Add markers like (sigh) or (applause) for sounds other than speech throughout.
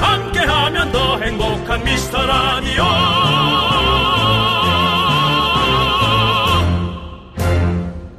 함께하면 더 행복한 미스터라디오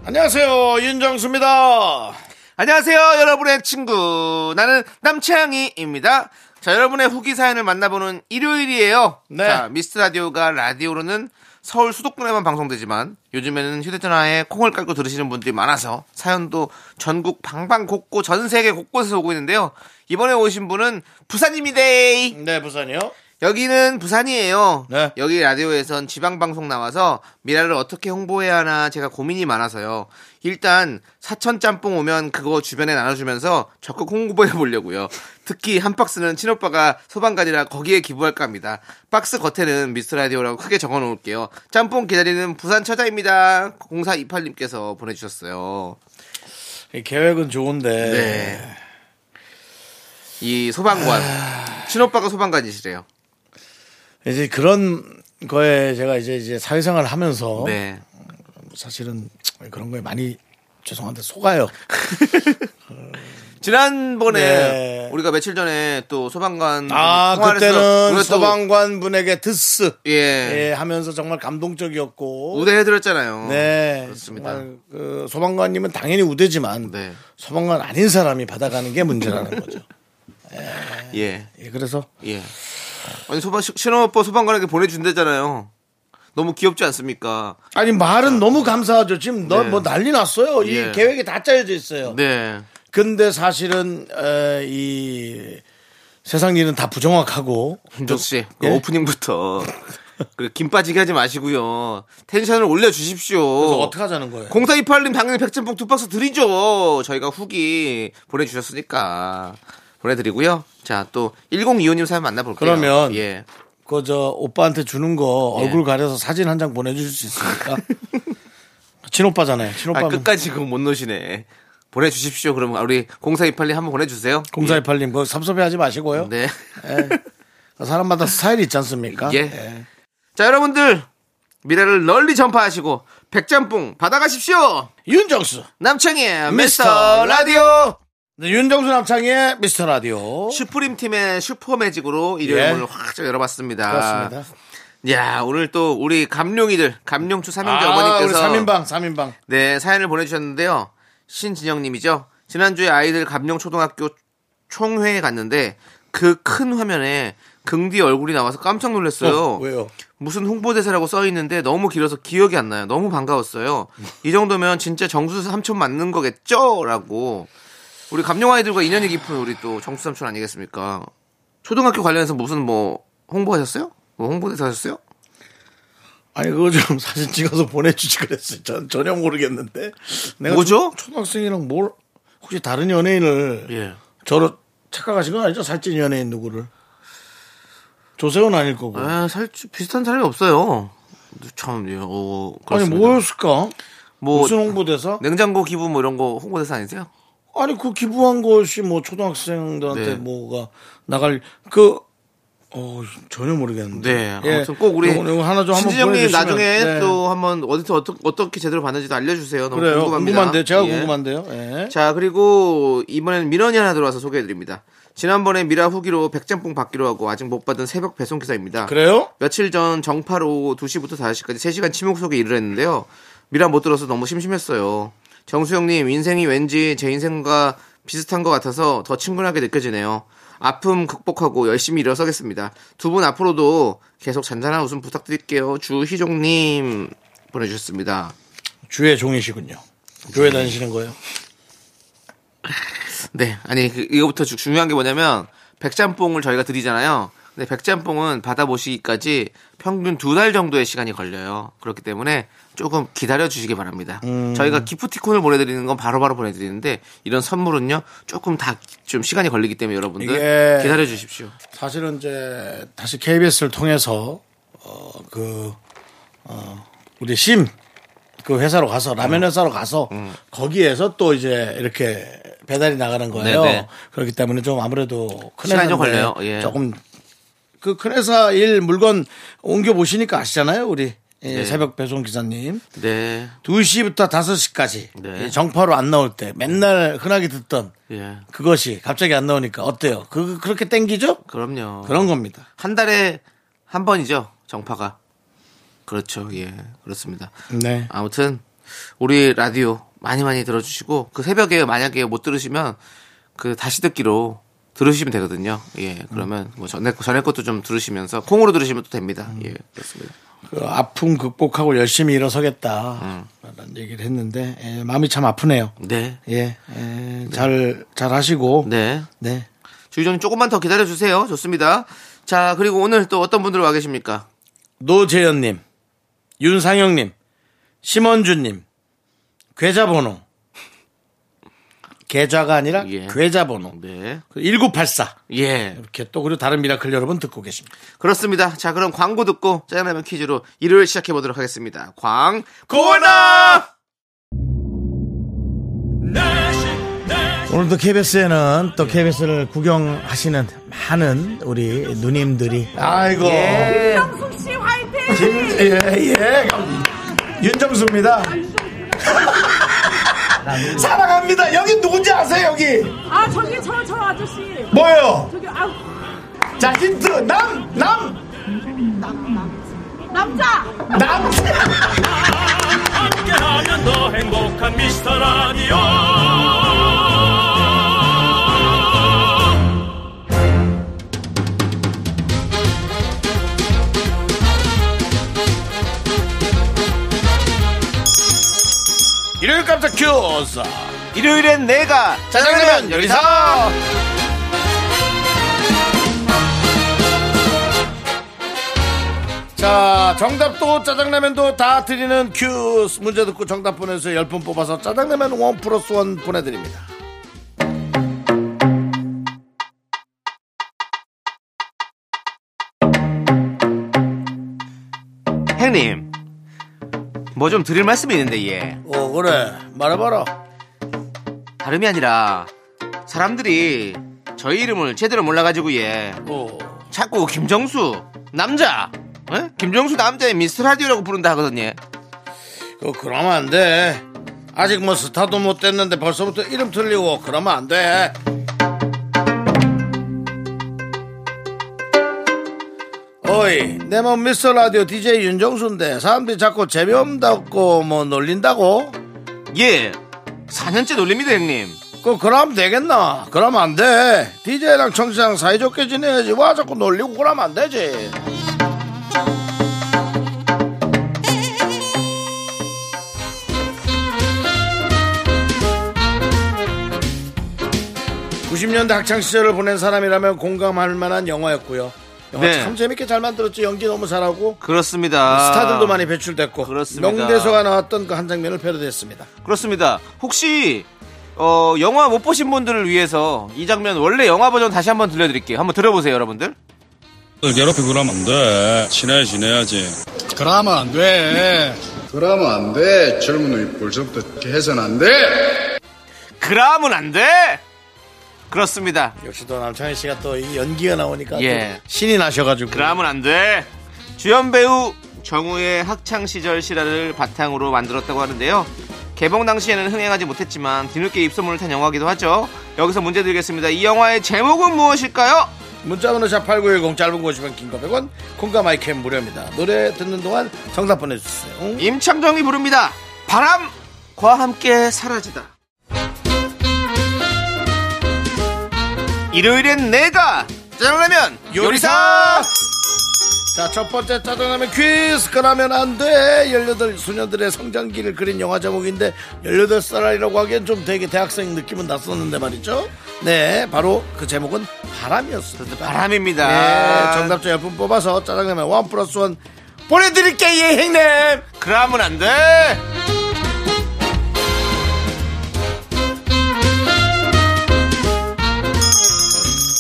안녕하세요 윤정수입니다. 안녕하세요, 여러분의 친구. 나는 남채양이입니다. 자, 여러분의 후기 사연을 만나보는 일요일이에요. 네. 자, 미스 라디오가 라디오로는 서울 수도권에만 방송되지만 요즘에는 휴대전화에 콩을 깔고 들으시는 분들이 많아서 사연도 전국 방방 곳곳 전 세계 곳곳에서 오고 있는데요. 이번에 오신 분은 부산입니다. 네 부산이요. 여기는 부산이에요. 네. 여기 라디오에선 지방 방송 나와서 미라를 어떻게 홍보해야 하나 제가 고민이 많아서요. 일단 사천 짬뽕 오면 그거 주변에 나눠주면서 적극 홍보해 보려고요. 특히 한 박스는 친오빠가 소방관이라 거기에 기부할까 합니다. 박스 겉에는 미스 라디오라고 크게 적어놓을게요. 짬뽕 기다리는 부산 처자입니다. 0428님께서 보내주셨어요. 이 계획은 좋은데 네. 이 소방관 친오빠가 소방관이시래요. 네. 이제 그런 거에 제가 이제 이제 사회생활 하면서 네. 사실은 그런 거에 많이 죄송한데 속아요. 그, 지난번에 네. 우리가 며칠 전에 또 소방관 아 통화를 해서 우리가 그때는 또 소방관 분에게 드스 예, 예, 하면서 정말 감동적이었고 우대해드렸잖아요. 어, 네 그렇습니다. 정말 그 소방관님은 당연히 우대지만 네. 소방관 아닌 사람이 받아가는 게 (laughs) 문제라는 거죠. 예, 예, 그래서 예. 아니 소방 신호오빠 소방관에게 보내준대잖아요. 너무 귀엽지 않습니까? 아니 말은 너무 감사하죠. 지금 너 네. 뭐 난리 났어요. 이 예. 계획이 다 짜여져 있어요. 네, 근데 사실은 에, 이 세상 일은 다 부정확하고 김정수 씨, 그 예? 오프닝부터 그김 빠지게 하지 마시고요. 텐션을 올려주십시오. 어떻게 하자는 거예요? 공사 이팔님 당연히 백짬뽕 두 박스 드리죠. 저희가 후기 보내주셨으니까 보내드리고요. 자 또 1025님 사연 만나볼게요. 그러면 예. 그저 오빠한테 주는 거 예. 얼굴 가려서 사진 한 장 보내주실 수 (laughs) 있습니까? 친오빠잖아요. 아, 친오빠 끝까지 그거 못 넣으시네. 보내주십시오. 그러면 우리 공사 이팔님 한번 보내주세요. 공사이팔님 그거 섭섭해하지 마시고요. 네. 예. 사람마다 스타일이 있지 않습니까? 예. 자 여러분들 미래를 널리 전파하시고 백짬뽕 받아가십시오. 윤정수 미스터 남창희의 미스터 라디오. 네, 윤정수 남창의 미스터 라디오 슈프림 팀의 슈퍼매직으로 일요일 예. 문을 확 열어봤습니다. 그렇습니다. 야 오늘 또 우리 감룡이들 감룡추 아, 삼형제 아, 우리 어머니께서 3인방 3인방 네 사연을 보내주셨는데요 신진영님이죠 지난주에 아이들 감룡 초등학교 총회에 갔는데 그 큰 화면에 긍디 얼굴이 나와서 깜짝 놀랐어요 어, 왜요? 무슨 홍보대사라고 써 있는데 너무 길어서 기억이 안 나요 너무 반가웠어요 이 정도면 진짜 정수 삼촌 맞는 거겠죠라고 우리 감룡 아이들과 인연이 깊은 우리 또 정수 삼촌 아니겠습니까 초등학교 관련해서 무슨 뭐 홍보하셨어요 뭐 홍보대사 하셨어요 아니 그거 좀 (laughs) 사진 찍어서 보내주지 그랬어요. 전 전혀 모르겠는데. 내가 뭐죠? 초- 초등학생이랑 뭘 혹시 다른 연예인을 예. 저로 착각하신 건 아니죠? 살찐 연예인 누구를? 조세호는 아닐 거고. 아, 살짝 비슷한 사람이 없어요. 참, 예, 어, 아니 그렇습니다. 뭐였을까? 뭐, 무슨 홍보대사? 냉장고 기부 뭐 이런 거 홍보대사 아니세요? 아니 그 기부한 것이 뭐 초등학생들한테 네. 뭐가 나갈 그. 어 전혀 모르겠는데. 예. 네. 아무튼 꼭 우리 요거- 요거 하나 좀 한번 신지영님 보내주시면. 나중에 네. 또 한번 어디서 어떻게, 어떻게 제대로 봤는지도 알려주세요. 너무 그래요. 궁금합니다. 궁금한데 제가 예. 궁금한데요. 예. 자, 그리고 이번엔 민원이 하나 들어와서 소개해드립니다. 지난번에 미라 후기로 백짬뽕 받기로 하고 아직 못 받은 새벽 배송 기사입니다. 그래요? 며칠 전 정파로 2시부터 5시까지 3시간 침묵 속에 일을 했는데요. 미라 못 들어서 너무 심심했어요. 정수영님, 인생이 왠지 제 인생과 비슷한 것 같아서 더 친근하게 느껴지네요. 아픔 극복하고 열심히 일어서겠습니다. 두 분 앞으로도 계속 잔잔한 웃음 부탁드릴게요. 주희종님 보내주셨습니다. 주의 종이시군요. 교회 다니시는 거예요? 네, 아니 그, 이거부터 주- 중요한 게 뭐냐면 백짬뽕을 저희가 드리잖아요. 근데 백짬뽕은 받아보시기까지 평균 두 달 정도의 시간이 걸려요. 그렇기 때문에 조금 기다려 주시기 바랍니다. 음. 저희가 기프티콘을 보내드리는 건 바로바로 보내드리는데 이런 선물은요 조금 다 좀 시간이 걸리기 때문에 여러분들 이게- 기다려 주십시오. 사실은 이제 다시 KBS를 통해서 어, 그, 어, 우리 심, 그 회사로 가서, 라면 회사로 가서, 거기에서 또 이제 이렇게 배달이 나가는 거예요. 네네. 그렇기 때문에 좀 아무래도 큰 시간이 좀 회사인데 걸려요. 예. 조금 그 큰 회사 일 물건 옮겨 보시니까 아시잖아요. 우리 예, 네. 새벽 배송 기사님. 네. 2시부터 5시까지 네. 정파로 안 나올 때 맨날 흔하게 듣던 예. 그것이 갑자기 안 나오니까 어때요? 그 그렇게 땡기죠? 그럼요. 그런 겁니다. 한 달에 한 번이죠. 정파가. 그렇죠. 예. 그렇습니다. 네. 아무튼 우리 라디오 많이 많이 들어주시고 그 새벽에 만약에 못 들으시면 그 다시 듣기로 들으시면 되거든요. 예, 그러면 뭐 전에 전에 것도 좀 들으시면서 콩으로 들으시면 또 됩니다. 예, 그렇습니다. 그 아픔 극복하고 열심히 일어서겠다. 라는 얘기를 했는데 예, 마음이 참 아프네요. 네, 예. 잘잘 하시고 네. 네. 주유정님 조금만 더 기다려 주세요. 좋습니다. 자, 그리고 오늘 또 어떤 분들 와 계십니까? 노재현 님, 윤상영 님, 심원준 님. 계좌 번호. (laughs) 계좌가 아니라 예. 계좌 번호. 네, 1984. 예, 이렇게 또 그리고 다른 미라클 여러분 듣고 계십니다. 그렇습니다. 자, 그럼 광고 듣고 짜장라면 퀴즈로 일요일 시작해 보도록 하겠습니다. 광 고나. 오늘도 KBS에는 또 KBS를 구경하시는 많은 우리 누님들이 아이고 예. 윤정수 씨 화이팅! 예예 윤정수입니다 사랑합니다 여기 누군지 아세요 여기 아 저기 저 저 아저씨 뭐예요 저기 아 자 힌트 남남 남자 남. 함께하면 더 행복한 미스터 라디오 일요일 깜짝 큐스. 일요일엔 내가 짜장라면 요리사 자, 정답도 짜장라면도 다 드리는 큐스. 문제 듣고 정답 보내주세요. 10분 뽑아서 짜장라면 원 플러스 원 보내드립니다. 형님 뭐 좀 드릴 말씀이 있는데 예 어, 그래. 말해봐라. 다름이 아니라 사람들이 저희 이름을 제대로 몰라가지고 예 어. 자꾸 김정수 남자 예? 김정수 남자의 미스 라디오라고 부른다 하거든요 예. 어, 그거 그러면 안 돼. 아직 뭐 스타도 못 됐는데 벌써부터 이름 틀리고 그러면 안 돼. 어이, 내 몸 미스터 라디오 DJ 윤정수인데 사람들이 자꾸 재미없다고 뭐 놀린다고? 예 4년째 놀립니다 형님 그 그럼 되겠나? 그러면 안 돼. DJ랑 청취자랑 사이좋게 지내야지. 와 자꾸 놀리고 그러면 안 되지. (90년대) 학창 시절을 보낸 사람이라면 공감할 만한 영화였고요 영화 네. 참 재밌게 잘 만들었지 연기 너무 잘하고 그렇습니다 스타들도 많이 배출됐고 그렇습니다. 명대사가 나왔던 그 한 장면을 패러디했습니다 그렇습니다 혹시 어, 영화 못 보신 분들을 위해서 이 장면 원래 영화 버전 다시 한번 들려드릴게요 한번 들어보세요 여러분들 괴롭히고 그러면 안돼 친해 지내야지 그러면 안 돼. 그러면 안 돼. 젊은 놈이 벌써부터 해선 안 돼. 그러면 안돼 그렇습니다 역시 또 남창희 씨가 또 이 연기가 나오니까 예. 또 신이 나셔가지고 그러면 안 돼 주연 배우 정우의 학창 시절 실화를 바탕으로 만들었다고 하는데요 개봉 당시에는 흥행하지 못했지만 뒤늦게 입소문을 탄 영화기도 하죠 여기서 문제 드리겠습니다 이 영화의 제목은 무엇일까요 문자번호 샵8910 짧은 거 50원 긴거 100원 콩과 마이캠 무료입니다 노래 듣는 동안 정답 보내주세요 응? 임창정이 부릅니다 바람과 함께 사라지다 일요일엔 내가 짜장라면 요리사 자, 첫 번째 짜장라면 퀴즈 그러면 안 돼. 18 소녀들의 성장기를 그린 영화 제목인데 18살이라고 하기엔 좀 되게 대학생 느낌은 났었는데 말이죠. 네, 바로 그 제목은 바람이었습니다. 바람입니다. 네, 정답자 10분 뽑아서 짜장라면 원 플러스 원 보내드릴게요, 예, 형님. 그러면 안돼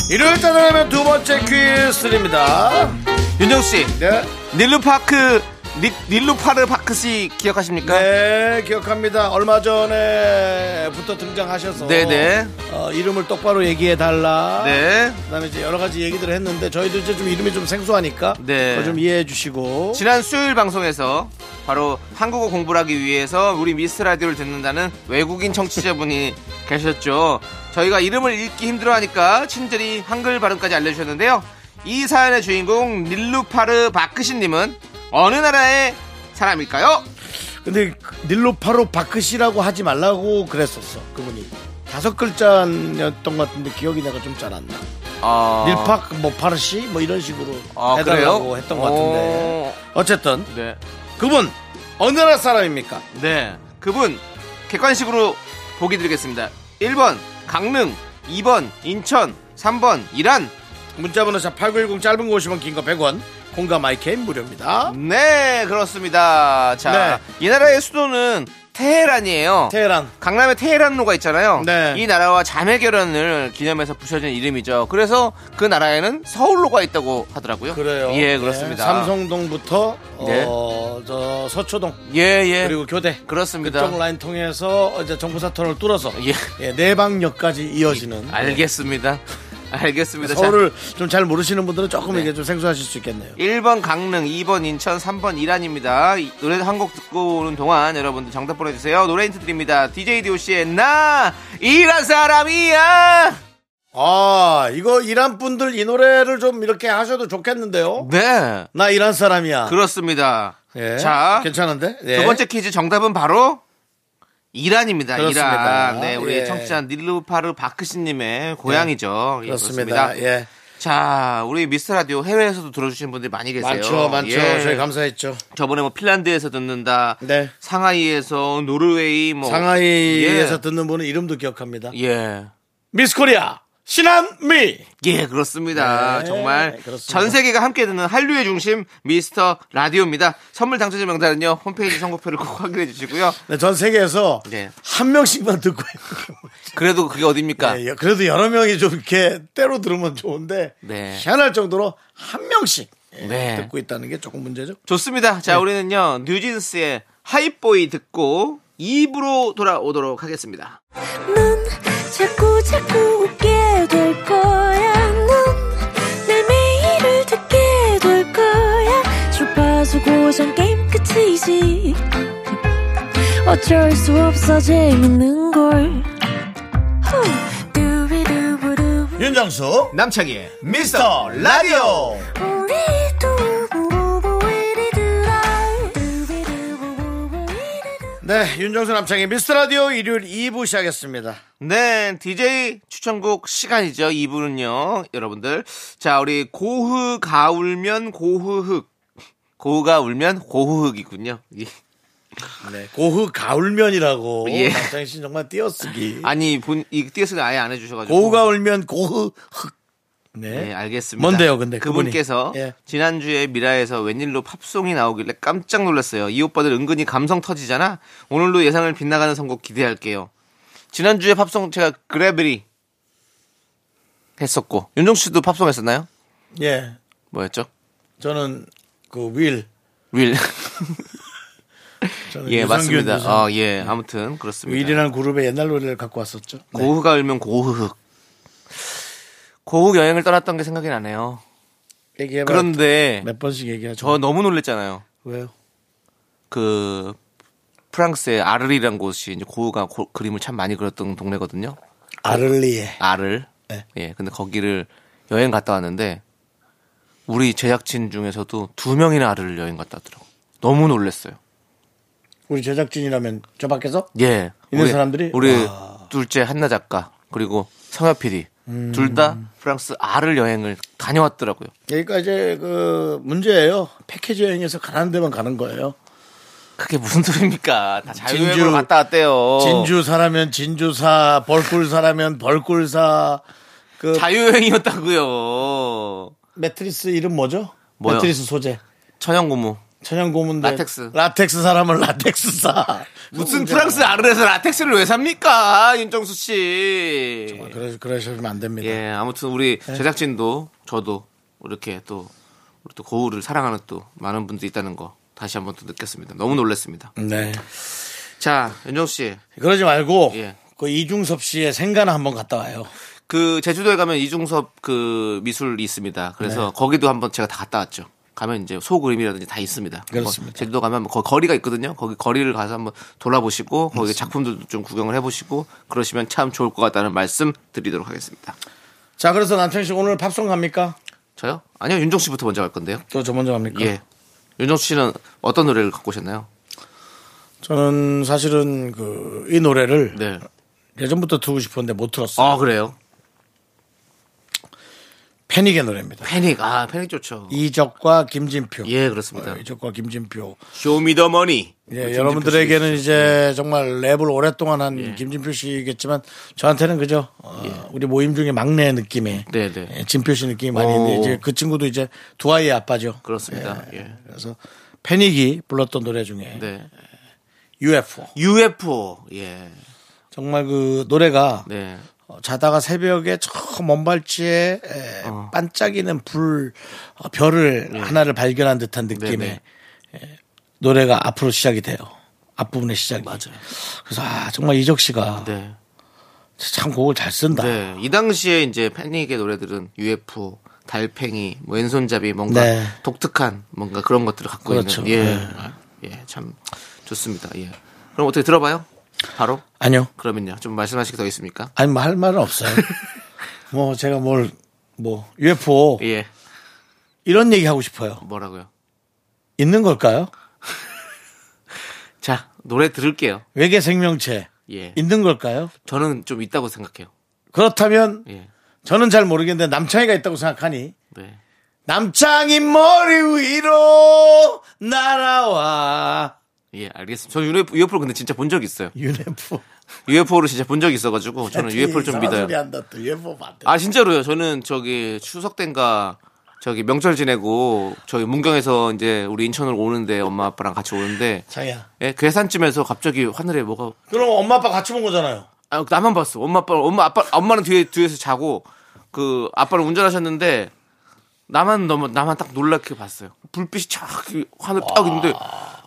일요일 짜장라면 두 번째 퀴즈입니다. 윤 윤정 씨, 네. 닐루파크 니- 닐루파르 파크 씨 기억하십니까? 네, 기억합니다. 얼마 전에부터 등장하셔서 네네. 어, 이름을 똑바로 얘기해 달라. 네. 그다음에 이제 여러 가지 얘기들을 했는데 저희도 이제 좀 이름이 좀 생소하니까 네. 그거 좀 이해해 주시고 지난 수요일 방송에서 바로 한국어 공부를 하기 위해서 우리 미스 라디오를 듣는다는 외국인 청취자분이 (laughs) 계셨죠. 저희가 이름을 읽기 힘들어하니까 친절히 한글 발음까지 알려주셨는데요. 이 사연의 주인공 닐루파르 바크시님은 어느 나라의 사람일까요? 근데 닐로파로 바크시라고 하지 말라고 그랬었어 그분이 다섯 글자였던 것 같은데 기억이 내가 좀 잘 안 나. 아, 닐파크 뭐 파르시 뭐 이런 식으로 아, 해달라고 그래요? 했던 것 같은데 어, 어쨌든 네, 그분 어느 나라 사람입니까? 네. 그분 객관식으로 보기 드리겠습니다. 1번 강릉, 2번 인천, 3번 이란, 문자번호 샵8910 짧은 거 50원 긴 거 100원 공과 마이케인 무료입니다. 네, 그렇습니다. 자, 이 나라의 수도는 테헤란이에요. 네. 테헤란 강남에 테헤란로가 있잖아요. 네. 이 나라와 자매 결연을 기념해서 부셔진 이름이죠. 그래서 그 나라에는 서울로가 있다고 하더라고요. 그래요. 예, 그렇습니다. 네, 삼성동부터 네. 어, 저 서초동 예, 예. 그리고 교대 그렇습니다. 그쪽 라인 통해서 이제 정부사터널 뚫어서 예. 예, 내방역까지 이어지는 알겠습니다. 알겠습니다. 자, 네. 예. 서울을 좀 잘 모르시는 분들은 조금 이게 좀 생소하실 수 있겠네요. 1번 강릉, 2번 인천, 3번 이란입니다. 이- 노래 한 곡 듣고 오는 동안 여러분들 정답 보내주세요. 노래 힌트 드립니다. DJ DOC의 나 이란 사람이야. 아 이거 이란 분들 이 노래를 좀 이렇게 하셔도 좋겠는데요. 네. 나 이란 사람이야. 그렇습니다. 예, 자, 괜찮은데? 예. 두 번째 퀴즈 정답은 바로 이란입니다. 그렇습니다. 이란. 네, 우리 예. 청취자 닐루파르 바크시님의 고향이죠. 예, 그렇습니다. 예. 자, 우리 미스터 라디오 해외에서도 들어주신 분들이 많이 계세요. 많죠, 많죠. 예. 저희 감사했죠. 저번에 뭐 핀란드에서 듣는다. 네. 상하이에서 노르웨이 어. 뭐 상하이에서 예. 듣는 분은 이름도 기억합니다. 예. 미스코리아 신한미. 예, 그렇습니다. 네, 정말 그렇습니다. 전 세계가 함께 듣는 한류의 중심 미스터 라디오입니다. 선물 당첨자 명단은요. 홈페이지 선거표를 꼭 확인해 주시고요. 네, 전 세계에서 네. 한 명씩만 듣고 그래도 그게 어딥니까? 네, 그래도 여러 명이 좀 이렇게 때로 들으면 좋은데 네. 희한할 정도로 한 명씩 예, 네. 듣고 있다는 게 조금 문제죠. 좋습니다. 자, 우리는요, 뉴진스의 하이보이 듣고 2부로 돌아오도록 하겠습니다. 넌 자꾸 자꾸 웃게 될 거야. 넌내 매일을 듣게 될 거야. 주파수 고정 게임 끝이지. 어쩔 수 없어 재밌는 걸. 후. 두비두부두. 윤정수 남창희의 네. 미스터 라디오. 우리 두부부부 우리들아. 두비두부부부 우리들아. 네, 윤정수 남창의 미스터 라디오 일요일 2부 시작했습니다. 네, DJ 추천곡 시간이죠. 2부는요, 여러분들. 자, 우리 고흐가 울면 고흐흑. 고흐가 울면 고흐흑이군요. 예. 네, 고흐 가을면이라고 예. 남창희 씨 정말 띄어쓰기. 아니, 본, 이 띄어쓰기 아예 안 해주셔가지고. 고흐가 울면 고흐 흑. 네. 네, 알겠습니다. 뭔데요, 근데 그분이? 그분께서 예. 지난주에 미라에서 웬일로 팝송이 나오길래 깜짝 놀랐어요. 이 오빠들 은근히 감성 터지잖아. 오늘도 예상을 빗나가는 선곡 기대할게요. 지난주에 팝송 제가 그래비리 했었고 윤종 씨도 팝송 했었나요? 예. 뭐였죠? 저는 그 윌. 윌. (laughs) 저는 예, 유산균, 맞습니다. 유산균. 아, 예. 아무튼 그렇습니다. 윌이라는 그룹의 옛날 노래를 갖고 왔었죠. 네. 고흐가 울면 고흐흑. 고흐 여행을 떠났던 게 생각이 나네요. 얘기해봐. 그런데 몇 번씩 얘기하죠. 저 너무 놀랬잖아요. 왜요? 그 프랑스의 아르리라는 곳이 이제 고흐가 고- 그림을 참 많이 그렸던 동네거든요. 아를리에. 아를. 네. 예. 근데 거기를 여행 갔다 왔는데 우리 제작진 중에서도 두 명이나 아를 여행 갔다 왔더라고. 너무 놀랐어요. 우리 제작진이라면 저 밖에서 예. 있는 사람들이? 우리 둘째 한나 작가 그리고 성엽 PD 음. 둘 다 프랑스 아를 여행을 다녀왔더라고요. 그러니까 이제 그 문제예요. 패키지 여행에서 가는 데만 가는 거예요. 그게 무슨 소리입니까? 다 자유여행으로 진주- 갔다 왔대요. 진주 사라면 진주사, 벌꿀 사라면 벌꿀사. 그 자유여행이었다고요. 매트리스 이름 뭐죠? 뭐요? 매트리스 소재. 천연 고무. 천연 고문대 라텍스. 라텍스 사람을 라텍스 사. 무슨 프랑스 아르에서 라텍스를 왜 삽니까? 윤정수 씨. 그래 그러시면 안 됩니다. 예, 아무튼 우리 제작진도 저도 이렇게 또 우리 또 거울을 사랑하는 또 많은 분들이 있다는 거 다시 한번 또 느꼈습니다. 너무 놀랐습니다. 네. 자, 윤정수 씨. 그러지 말고 예. 그 이중섭 씨의 생가나 한번 갔다 와요. 그 제주도에 가면 이중섭 그 미술이 있습니다. 그래서 네. 거기도 한번 제가 다 갔다 왔죠. 가면 이제 소그림이라든지 다 있습니다. 그렇습니다. 거- 제주도 가면 뭐 거, 거리가 있거든요. 거기 거리를 가서 한번 돌아보시고 거기 작품들도 좀 구경을 해보시고 그러시면 참 좋을 것 같다는 말씀 드리도록 하겠습니다. 자, 그래서 남창 씨 오늘 팝송 갑니까? 저요? 아니요, 윤정 씨부터 먼저 갈 건데요. 또 저 먼저 갑니까? 예. 윤정수 씨는 어떤 노래를 갖고 오셨나요? 저는 사실은 그 이 노래를 네. 예전부터 듣고 싶었는데 못 들었어요. 아, 그래요? 패닉의 노래입니다. 패닉. 아, 패닉 좋죠. 이적과 김진표. 예, 그렇습니다. 어, 이적과 김진표. 쇼미더머니. 예, 여러분들에게는 예. 이제 정말 랩을 오랫동안 한 김진표 씨겠지만 저한테는 그죠 어, 우리 모임 중에 막내 느낌의 예. 네, 네. 예, 진표 씨 느낌이 많이 있는데 이제 그 친구도 이제 두 아이의 아빠죠. 그렇습니다. 예, 예. 그래서 패닉이 불렀던 노래 중에 네. UFO UFO. 예. 정말 그 노래가 네. 어, 자다가 새벽에 저 먼 발치에 에, 어. 반짝이는 불 어, 별을 하나를 발견한 듯한 느낌의 네, 네. 예, 노래가 앞으로 시작이 돼요. 앞부분의 시작이. 맞아요. 그래서 아 정말 이적 씨가 네. 참 곡을 잘 쓴다. 네. 이 당시에 이제 패닉의 노래들은 UFO, 달팽이, 뭐 왼손잡이 뭔가 네. 독특한 뭔가 그런 것들을 갖고 그렇죠. 있는. 예. 예. 참 좋습니다. 예. 그럼 어떻게 들어봐요? 바로? 아니요. 그러면요. 좀 말씀하실 게더 있습니까? 아니 뭐 할 말은 없어요. (laughs) 뭐 제가 뭘 뭐 UFO 예. 이런 얘기 하고 싶어요. 뭐라고요? 있는 걸까요? 자, 노래 들을게요. 외계 생명체 예. 있는 걸까요? 저는 좀 있다고 생각해요. 그렇다면 예. 저는 잘 모르겠는데 남창이가 있다고 생각하니 네. 남창이 머리 위로 날아와 예, 알겠습니다. 저는 UFO, UFO를 근데 진짜 본 적 있어요. UFO UFO를 진짜 본 적이 있어가지고 저는 UFO를 좀 이상한 믿어요. 소리 한다 또 UFO 봤대. 아 진짜로요. 저는 저기 추석 땐가 저기 명절 지내고 저기 문경에서 이제 우리 인천으로 오는데 엄마 아빠랑 같이 오는데 장이야. 예, 괴산쯤에서 갑자기 하늘에 뭐가 그럼 엄마 아빠 같이 본 거잖아요. 아 나만 봤어. 엄마 아빠 엄마 아빠 엄마는 뒤에 뒤에서 자고 그 아빠는 운전하셨는데 나만 너무 나만 딱 놀랍게 봤어요. 불빛이 쫙 하늘 딱 있는데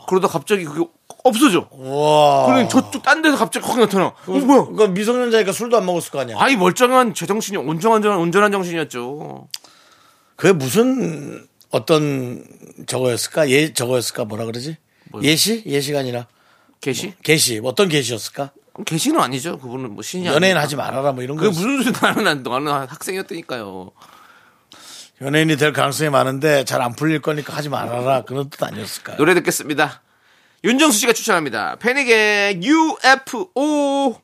그러다 갑자기 그게 없어져. 우와. 그러니 저쪽 딴 데서 갑자기 확 나타나. 어, 뭐야? 그건 미성년자니까 술도 안 먹었을 거 아니야. 아니 멀쩡한 제정신이 온전한 온전한 정신이었죠. 그게 무슨 어떤 저거였을까? 예 저거였을까? 뭐라 그러지? 예시? 예시가 아니라 계시? 계시. 어떤 계시였을까? 계시는 아니죠. 그분은 뭐 신이 연예인 아니니까. 하지 말아라 뭐 이런 거. 그게 무슨 소리 나는 안 나는 학생이었다니까요. 연예인이 될 가능성이 많은데 잘 안 풀릴 거니까 하지 말아라 그런 뜻 아니었을까? 요 노래 듣겠습니다. 윤정수 씨가 추천합니다. 패닉의 UFO.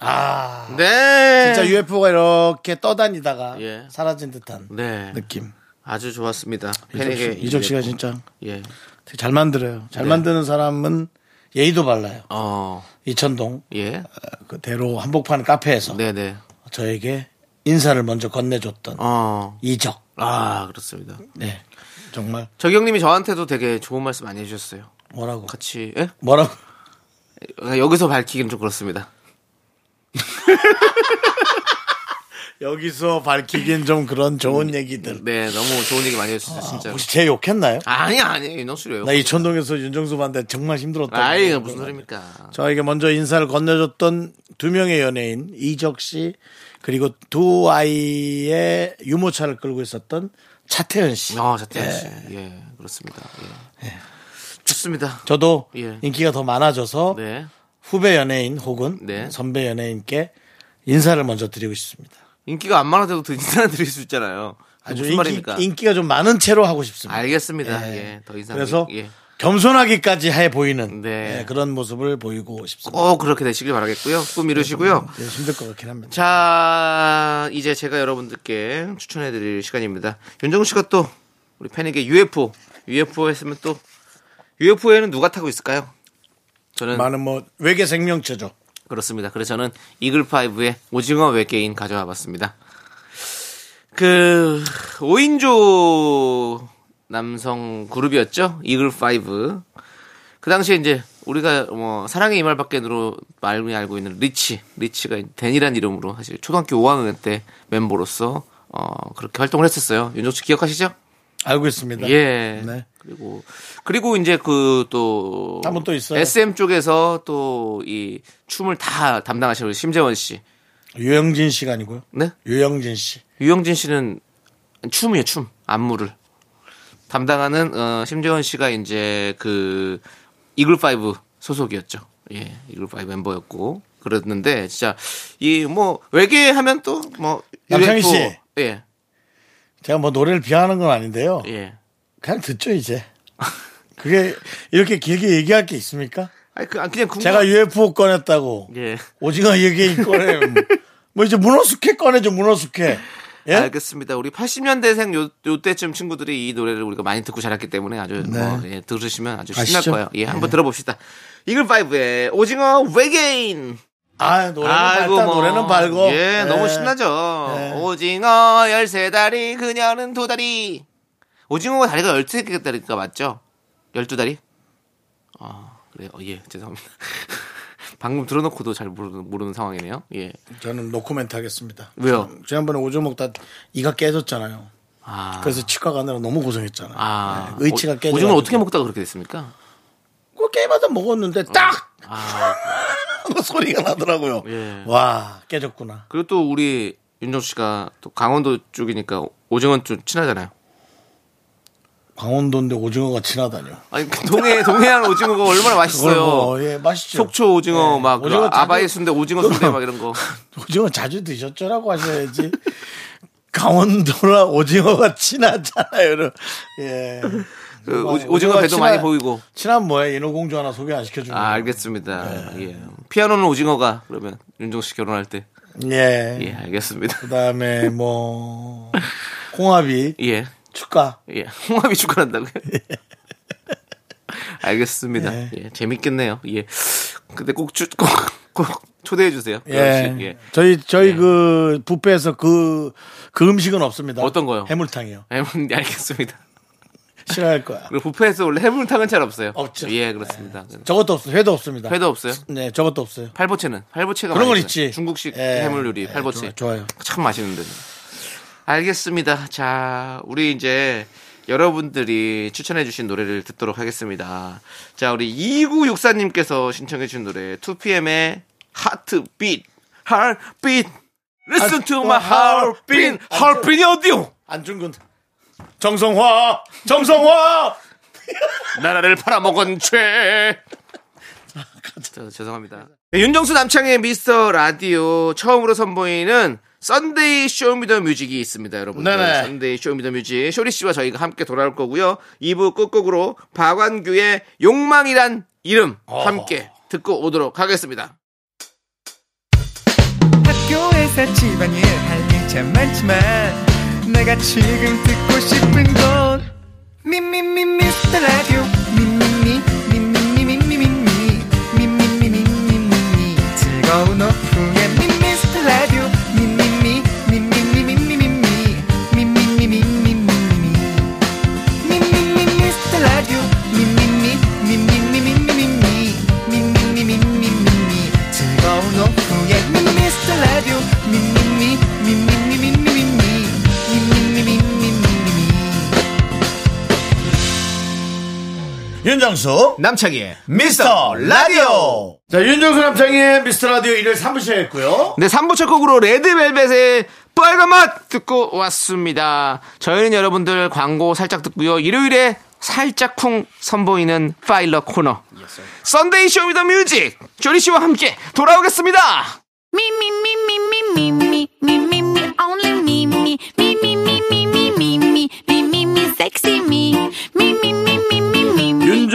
아 네. 진짜 UFO가 이렇게 떠다니다가 예. 사라진 듯한 네. 느낌. 아주 좋았습니다. 이적 씨, 패닉의 네. 이적 씨가 UFO. 진짜 예. 되게 잘 만들어요. 잘 만드는 사람은 예의도 발라요. 어. 이천동 예. 어, 그 대로 한복판 카페에서 네, 네. 저에게 인사를 먼저 건네줬던 어. 이적. 아, 그렇습니다. 네. 정말 저경 님이 저한테도 되게 좋은 말씀 많이 해 주셨어요. 뭐라고? 같이 예? 그러니까 뭐라고? 여기서 밝히기는 좀 그렇습니다. 여기서 밝히긴 좀 그런 좋은 얘기들. 네, 너무 좋은 얘기 많이 해 주셨어요, 진짜. 아, 혹시 제 욕했나요? 아니, 아니. 윤정수 씨요. 나 이천동에서 윤정수 봤는데 정말 힘들었다. 아이, 무슨 소리입니까? 저에게 먼저 인사를 건네줬던 두 명의 연예인 이적 씨 그리고 두 아이의 유모차를 끌고 있었던 차태현 씨. 네. 아, 자태현 씨. 예, 그렇습니다. 예. 좋습니다. 저도 예. 인기가 더 많아져서 네. 후배 연예인 혹은 네. 선배 연예인께 인사를 먼저 드리고 싶습니다. 인기가 안 많아도 더 인사 드릴 수 있잖아요. 그게 아주 무슨 인기, 말입니까? 인기가 좀 많은 채로 하고 싶습니다. 네. 알겠습니다. 예. 더 인사. 그래서 예. 겸손하기까지 해 보이는 네. 예, 그런 모습을 보이고 싶습니다. 꼭 그렇게 되시길 바라겠고요. 꿈 이루시고요. 예, 힘들 것 같긴 합니다. 자, 이제 제가 여러분들께 추천해 드릴 시간입니다. 윤정우 씨가 또 우리 팬에게 UFO, UFO 했으면 또 UFO에는 누가 타고 있을까요? 저는 많은 뭐 외계 생명체죠. 그렇습니다. 그래서 저는 이글파이브의 오징어 외계인 가져와 봤습니다. 그, 5인조 남성 그룹이었죠? 이글파이브. 그 당시에 이제 우리가 뭐 사랑의 이말 밖에로 많이 알고 있는 리치, 리치가 댄이란 이름으로 사실 초등학교 5학년 때 멤버로서 어, 그렇게 활동을 했었어요. 윤종 씨 기억하시죠? 알고 있습니다. 예. 네. 그리고 그리고 이제 그 또 한분또 있어요? SM 쪽에서 또 이 춤을 다 담당하시는 우리 심재원 씨. 유영진 씨가 아니고요. 네? 유영진 씨. 유영진 씨는 춤이에요, 춤. 안무를 담당하는 어, 심재원 씨가 이제 그 이글 파이브 소속이었죠. 예. 이글 파이브 멤버였고 그랬는데 진짜 이 뭐 외계 하면 또 뭐 남창희 씨. 예. 제가 뭐 노래를 비하하는 건 아닌데요. 예. 그냥 듣죠 이제. 그게 이렇게 길게 얘기할 게 있습니까? 아니 그 아, 그냥 궁금 제가 UFO 꺼냈다고. 예. 오징어 얘기 (laughs) 꺼내. 뭐 이제 문어숙회 꺼내죠 문어숙회. 예? 알겠습니다. 우리 80년대생 요, 요 때쯤 친구들이 이 노래를 우리가 많이 듣고 자랐기 때문에 아주 뭐, 예, 들으시면 아주 신날 네. 아시죠? 네. 거예요. 예, 한번 들어봅시다. 이글파이브의 오징어 외계인. 아 노래는 밝다 노래는 밝고. 뭐. 네. 예, 너무 신나죠. 예. 오징어 13다리, 그녀는 두 다리. 오징어가 다리가 13개다리가 맞죠? 12다리? 아, 그래요. 어, 예, 죄송합니다. (laughs) 방금 들어놓고도 잘 모르는, 모르는 상황이네요. 예. 저는 노코멘트 하겠습니다. 왜요? 지난번에 오징어 먹다 이가 깨졌잖아요. 아. 그래서 치과 가느라 너무 고생했잖아요. 아, 네, 의치가 깨져. 오징어 어떻게 먹다가 그렇게 됐습니까? 그 게임하다 어. 먹었는데 딱 아, 하고 소리가 나더라고요. 예. 와 깨졌구나. 그리고 또 우리 윤정수 씨가 또 강원도 쪽이니까 오징어 좀 친하잖아요. 강원도인데 오징어가 친하다뇨. 아니 그 동해 동해안 오징어가 얼마나 그걸 맛있어요. 뭐, 예, 맛있죠. 속초 오징어 예. 막 오징어 자주- 아바이 순대 오징어 순대 막 이런 거. 오징어 자주 드셨죠라고 하셔야지. (laughs) 강원도라 오징어가 친하잖아요. 이런. 예. 그 뭐, 오지- 오징어 배도 많이 보이고. 친한 뭐야? 인어공주 하나 소개 안 시켜주는. 아 알겠습니다. 예. 피아노는 오징어가 그러면 윤정수 씨 결혼할 때. 예. 예 알겠습니다. 그 다음에 뭐, 홍합이 예. 축가. 예. 홍합이 축하한다고요? 알겠습니다. 예. 예. 재밌겠네요. 예. 근데 꼭, 주, 꼭, 꼭 초대해 주세요. 예. 그런 식. 예. 저희, 저희 그, 뷔페에서 그, 그 음식은 없습니다. 어떤 거요? 해물탕이요. 해물- 알겠습니다. 싫어할 거야. 그리고 부페에서 원래 해물탕은 잘 없어요. 없죠. 네. 예, 그렇습니다. 저것도 없어요. 회도 없습니다. 회도 없어요. 네, 저것도 없어요. 팔보채는 팔보채가 아, 그런 건 많이 있어요. 있지. 중국식 예. 해물 요리 예, 팔보채. 좋아- 좋아요. 참 맛있는데. 알겠습니다. 자, 우리 이제 여러분들이 추천해주신 노래를 듣도록 하겠습니다. 자, 우리 2964님께서 신청해주신 노래 2PM의 하트빛, heartbeat. Listen to 아, my heartbeat, heartbeat이 어디요? 안중근. 정성화! 정성화! 나라를 팔아먹은 죄. 저, 죄송합니다. 네, 윤정수 남창의 미스터 라디오 처음으로 선보이는 썬데이 쇼미더뮤직이 있습니다, 여러분들. 네네. 썬데이 쇼미더뮤직 쇼리 씨와 저희가 함께 돌아올 거고요. 2부 끝곡으로 박완규의 욕망이란 이름 함께 듣고 오도록 하겠습니다. 학교에서 집안일 할 일 참 많지만 내가 지금 듣고 싶은 건 미미미 미스터 라디오 미미미 미미미미미미 미미미미미미 즐거운 오후에 미스터 라디오 미미미 미미미미미미 미미미미미미미 미미미 미스터 라디오 미미미 미미미미미미 미미미미미미 즐거운 오후에 미스터 라디오 미미미 미미미미미미 미미미미미미미 윤정수. 남창희의 미스터 라디오! 자, 윤정수 남창의 미스터 라디오 일요일 3부시에 했고요. 네, 3부 첫 곡으로 레드벨벳의 빨간 맛 듣고 왔습니다. 저희는 여러분들 광고 살짝 듣고요. 일요일에 살짝 쿵 선보이는 파일러 코너. 썬데이 쇼미더 뮤직! 조리 씨와 함께 돌아오겠습니다! Me, me, me, me, me, me, me, me, me, me, only me, me, me, me, me, me, me, me, me, me, me, me, sexy me, me, me, me, me, me, me, me,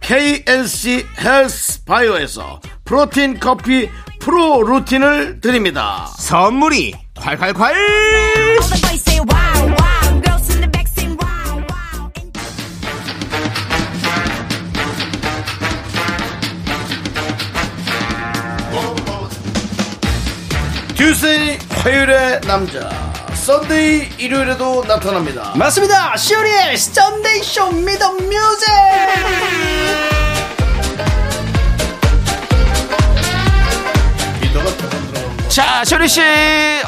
KNC 헬스 바이오에서 프로틴 커피 프로 루틴을 드립니다 선물이 콸콸콸! All the boys say wow, wow, girls in the back say wow, wow. 듀스의 화요일의 남자 썬데이 일요일에도 나타납니다 맞습니다. 시오리의 썬데이 쇼 미더 뮤직. 자, 쇼리 씨,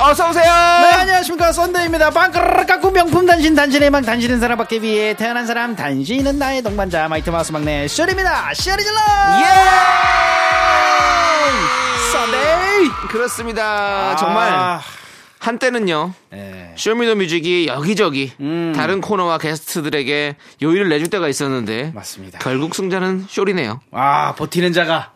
어서 오세요. 네, 안녕하십니까. 썬데이입니다. 빵끄르르 깎고 명품 단신, 단신의 망, 단신은 사람밖에 위해 태어난 사람, 단신은 나의 동반자, 마이트 마우스 막내 쇼리입니다. 쇼리 질러! 예! 썬데이! 그렇습니다. 아, 아. 정말 예. 한때는요. 네. 쇼미더뮤직이 여기저기 음. 다른 코너와 게스트들에게 요일을 내줄 때가 있었는데 맞습니다. 결국 승자는 쇼리네요. 아, 버티는 자가.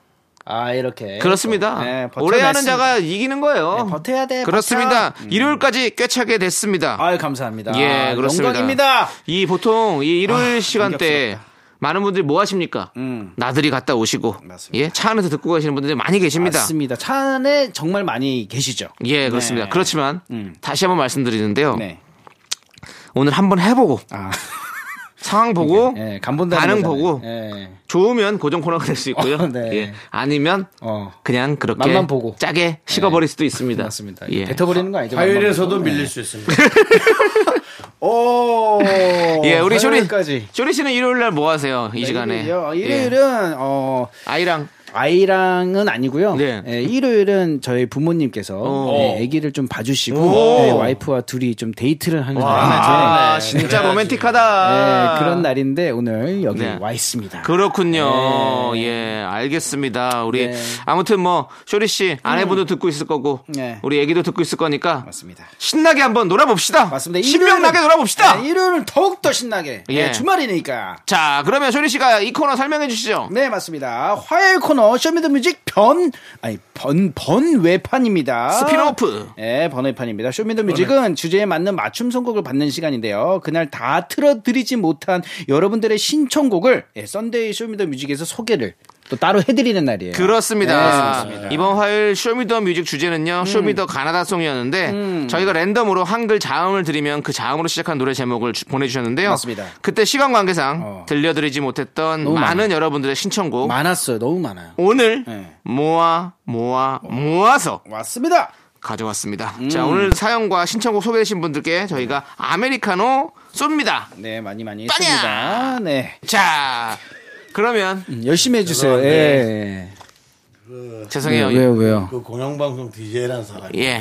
아, 이렇게. 그렇습니다. 네, 버텨냈습니다. 오래 하는 자가 이기는 거예요. 네, 버텨야 돼, 그렇습니다. 일요일까지 꿰차게 됐습니다. 아유, 감사합니다. 예, 그렇습니다. 영광입니다. 이 보통 이 일요일 시간대에 감격스럽다. 많은 분들이 뭐 하십니까? 음. 나들이 갔다 오시고 맞습니다. 예, 차 안에서 듣고 가시는 분들이 많이 계십니다. 맞습니다. 차 안에 정말 많이 계시죠. 예, 그렇습니다. 네. 그렇지만 음. 다시 한번 말씀드리는데요. 네. 오늘 한번 해보고 아, (laughs) 상황 보고 예, 간본다. 반응 보고. 예. 좋으면 고정 코너가 될 수 있고요. 어, 네. 예, 아니면 어. 그냥 그렇게 맛만 보고. 네. 짜게 식어버릴 수도 있습니다. 맞습니다. 예. 뱉어버리는 거 아니죠? 화요일에서도 만만 보고. 밀릴 수 있습니다 오 예, 우리 쇼리 어, 화요일까지. 쇼리 씨는 일요일 날 뭐 하세요? 이 네, 시간에 일요일이요. 예. 일요일은 어 아이랑 아이랑은 아니고요. 네. 어. 예, 일요일은 저희 부모님께서 어. 예, 아기를 좀 봐주시고 예, 와이프와 둘이 좀 데이트를 하는 아, 날인데 진짜 예, 로맨틱하다. 그런 날인데 오늘 아. 여기 네. 와 있습니다. 그렇군요. 예, 알겠습니다. 우리 네. 음. 아무튼 뭐 쇼리 씨 아내분도 듣고 있을 거고 네. 우리 애기도 듣고 있을 거니까 맞습니다. 신나게 한번 놀아봅시다. 맞습니다. 신명나게 일요일은- 놀아봅시다. 네, 일요일은 더욱 더 신나게 예. 예, 주말이니까. 자, 그러면 쇼리 씨가 이 코너 설명해 주시죠. 네 맞습니다. 화요일 코너 쇼미더뮤직 변 아니 번 번외판입니다. 스피노프. 네, 번외판입니다. 쇼미더뮤직은 주제에 맞는 맞춤 선곡을 받는 시간인데요. 그날 다 틀어드리지 못한 여러분들의 신청곡을 예, 썬데이 쇼미더뮤직에서 소개를 또 따로 해드리는 날이에요. 네, 그렇습니다. 이번 화요일 쇼미더 뮤직 음. 주제는요, 쇼미더 가나다송이었는데, 저희가 랜덤으로 한글 자음을 드리면 그 자음으로 시작한 노래 제목을 주- 보내주셨는데요. 맞습니다. 그때 시간 관계상 어. 들려드리지 못했던 너무 많은 많아요. 여러분들의 신청곡, 많았어요. 너무 많아요. 오늘 네. 모아, 모아, 모아서 왔습니다. 가져왔습니다. 음. 자, 오늘 사연과 신청곡 소개되신 분들께 저희가 아메리카노 쏩니다. 네, 많이 많이 빵야! 했습니다. 네, 자, 그러면, 음, 열심히 해주세요. 예. 죄송해요. 네, 왜요, 네. 왜요? 그 공영방송 DJ라는 사람이 예.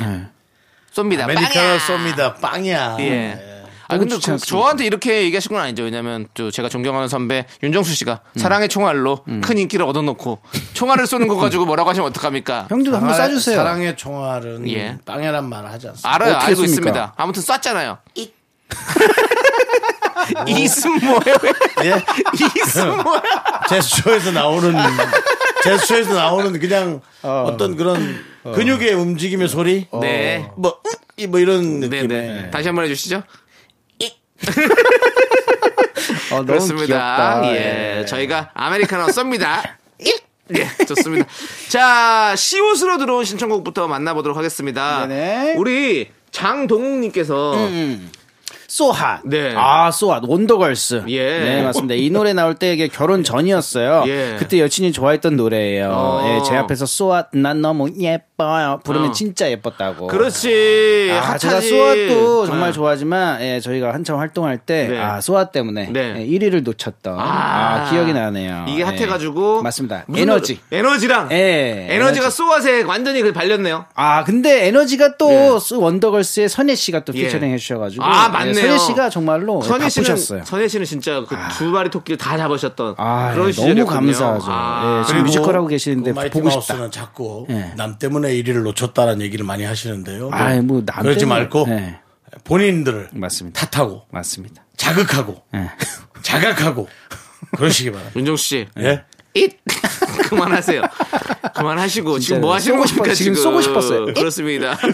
쏩니다. 아메리카노 빵야! 쏩니다 빵이야 예. 아 근데 좋지 그- 않습니까? 저한테 이렇게 얘기하신 건 아니죠. 왜냐면 또 제가 존경하는 선배 윤정수 씨가 음. 사랑의 총알로 큰 인기를 얻어놓고 총알을 쏘는 거 가지고 뭐라고 하시면 어떡합니까? 형도 한번 사랑의- 쏴주세요. 사랑의 총알은 예. 빵이란 말을 하지 않습니까 알아요, 어떻게 알고 씁니까? 있습니다. 아무튼 쐈잖아요. (laughs) 이승 뭐예요? 예? 이승 (laughs) 뭐야? 제스처에서 나오는 제스처에서 나오는 그냥 어. 떤 그런 근육의 움직임의 소리 어. 네, 뭐, 음? 이- 뭐 이런 네, 느낌의 네. 다시 한번 해주시죠. 어, 너무 그렇습니다. 귀엽다. 예, 저희가 아메리카노 쏩니다. 예, 좋습니다. 자, 시옷으로 들어온 신청곡부터 만나보도록 하겠습니다. 네네. 음, 우리 장동욱님께서 소핫. 네. 아, 소핫. 원더걸스. 예. 네, 맞습니다. 이 노래 나올 때 이게 결혼 전이었어요. 예. 그때 여친이 좋아했던 노래예요. 어. 예, 제 앞에서 소핫 난 너무 예뻐요. 부르면 어. 진짜 예뻤다고. 그렇지. 아, 제가 핫하지. 소아도 정말 네. 좋아하지만 예, 저희가 한참 활동할 때 네. 아, 소아 때문에 네. 예, 1위를 놓쳤던 아, 기억이 나네요. 이게 예. 핫해가지고 맞습니다. 무슨 에너지. 노래? 에너지랑 예, 에너지가 소아에 완전히 그 발렸네요. 아 근데 에너지가 또 네. 소- 원더걸스의 선예 씨가 또 예. 피처링 해주셔가지고 아 맞네요. 예, 선예 씨가 정말로 예, 선예 씨는 바쁘셨어요. 선예 씨는 진짜 그 두 마리 토끼를 다 잡으셨던 아, 그런 예, 시절이었군요. 너무 감사하죠. 아, 예, 지금 뮤지컬 하고 계시는데 그 마이티 보고 마우스는 싶다. 자꾸 예. 남 때문에 1위를 놓쳤다라는 얘기를 많이 하시는데요. 네. 아이, 뭐남 그러지 때문에- 말고 예. 본인들을 맞습니다. 탓하고 맞습니다. 자극하고 예. (laughs) 자각하고 그러시기 바랍니다. 윤정수 씨. 예? 잇 (laughs) 그만하세요. 그만하시고 지금 뭐 하시는 쏘고 겁니까 싶었- 지금 쏘고 싶었어요. 잇! 그렇습니다. (laughs)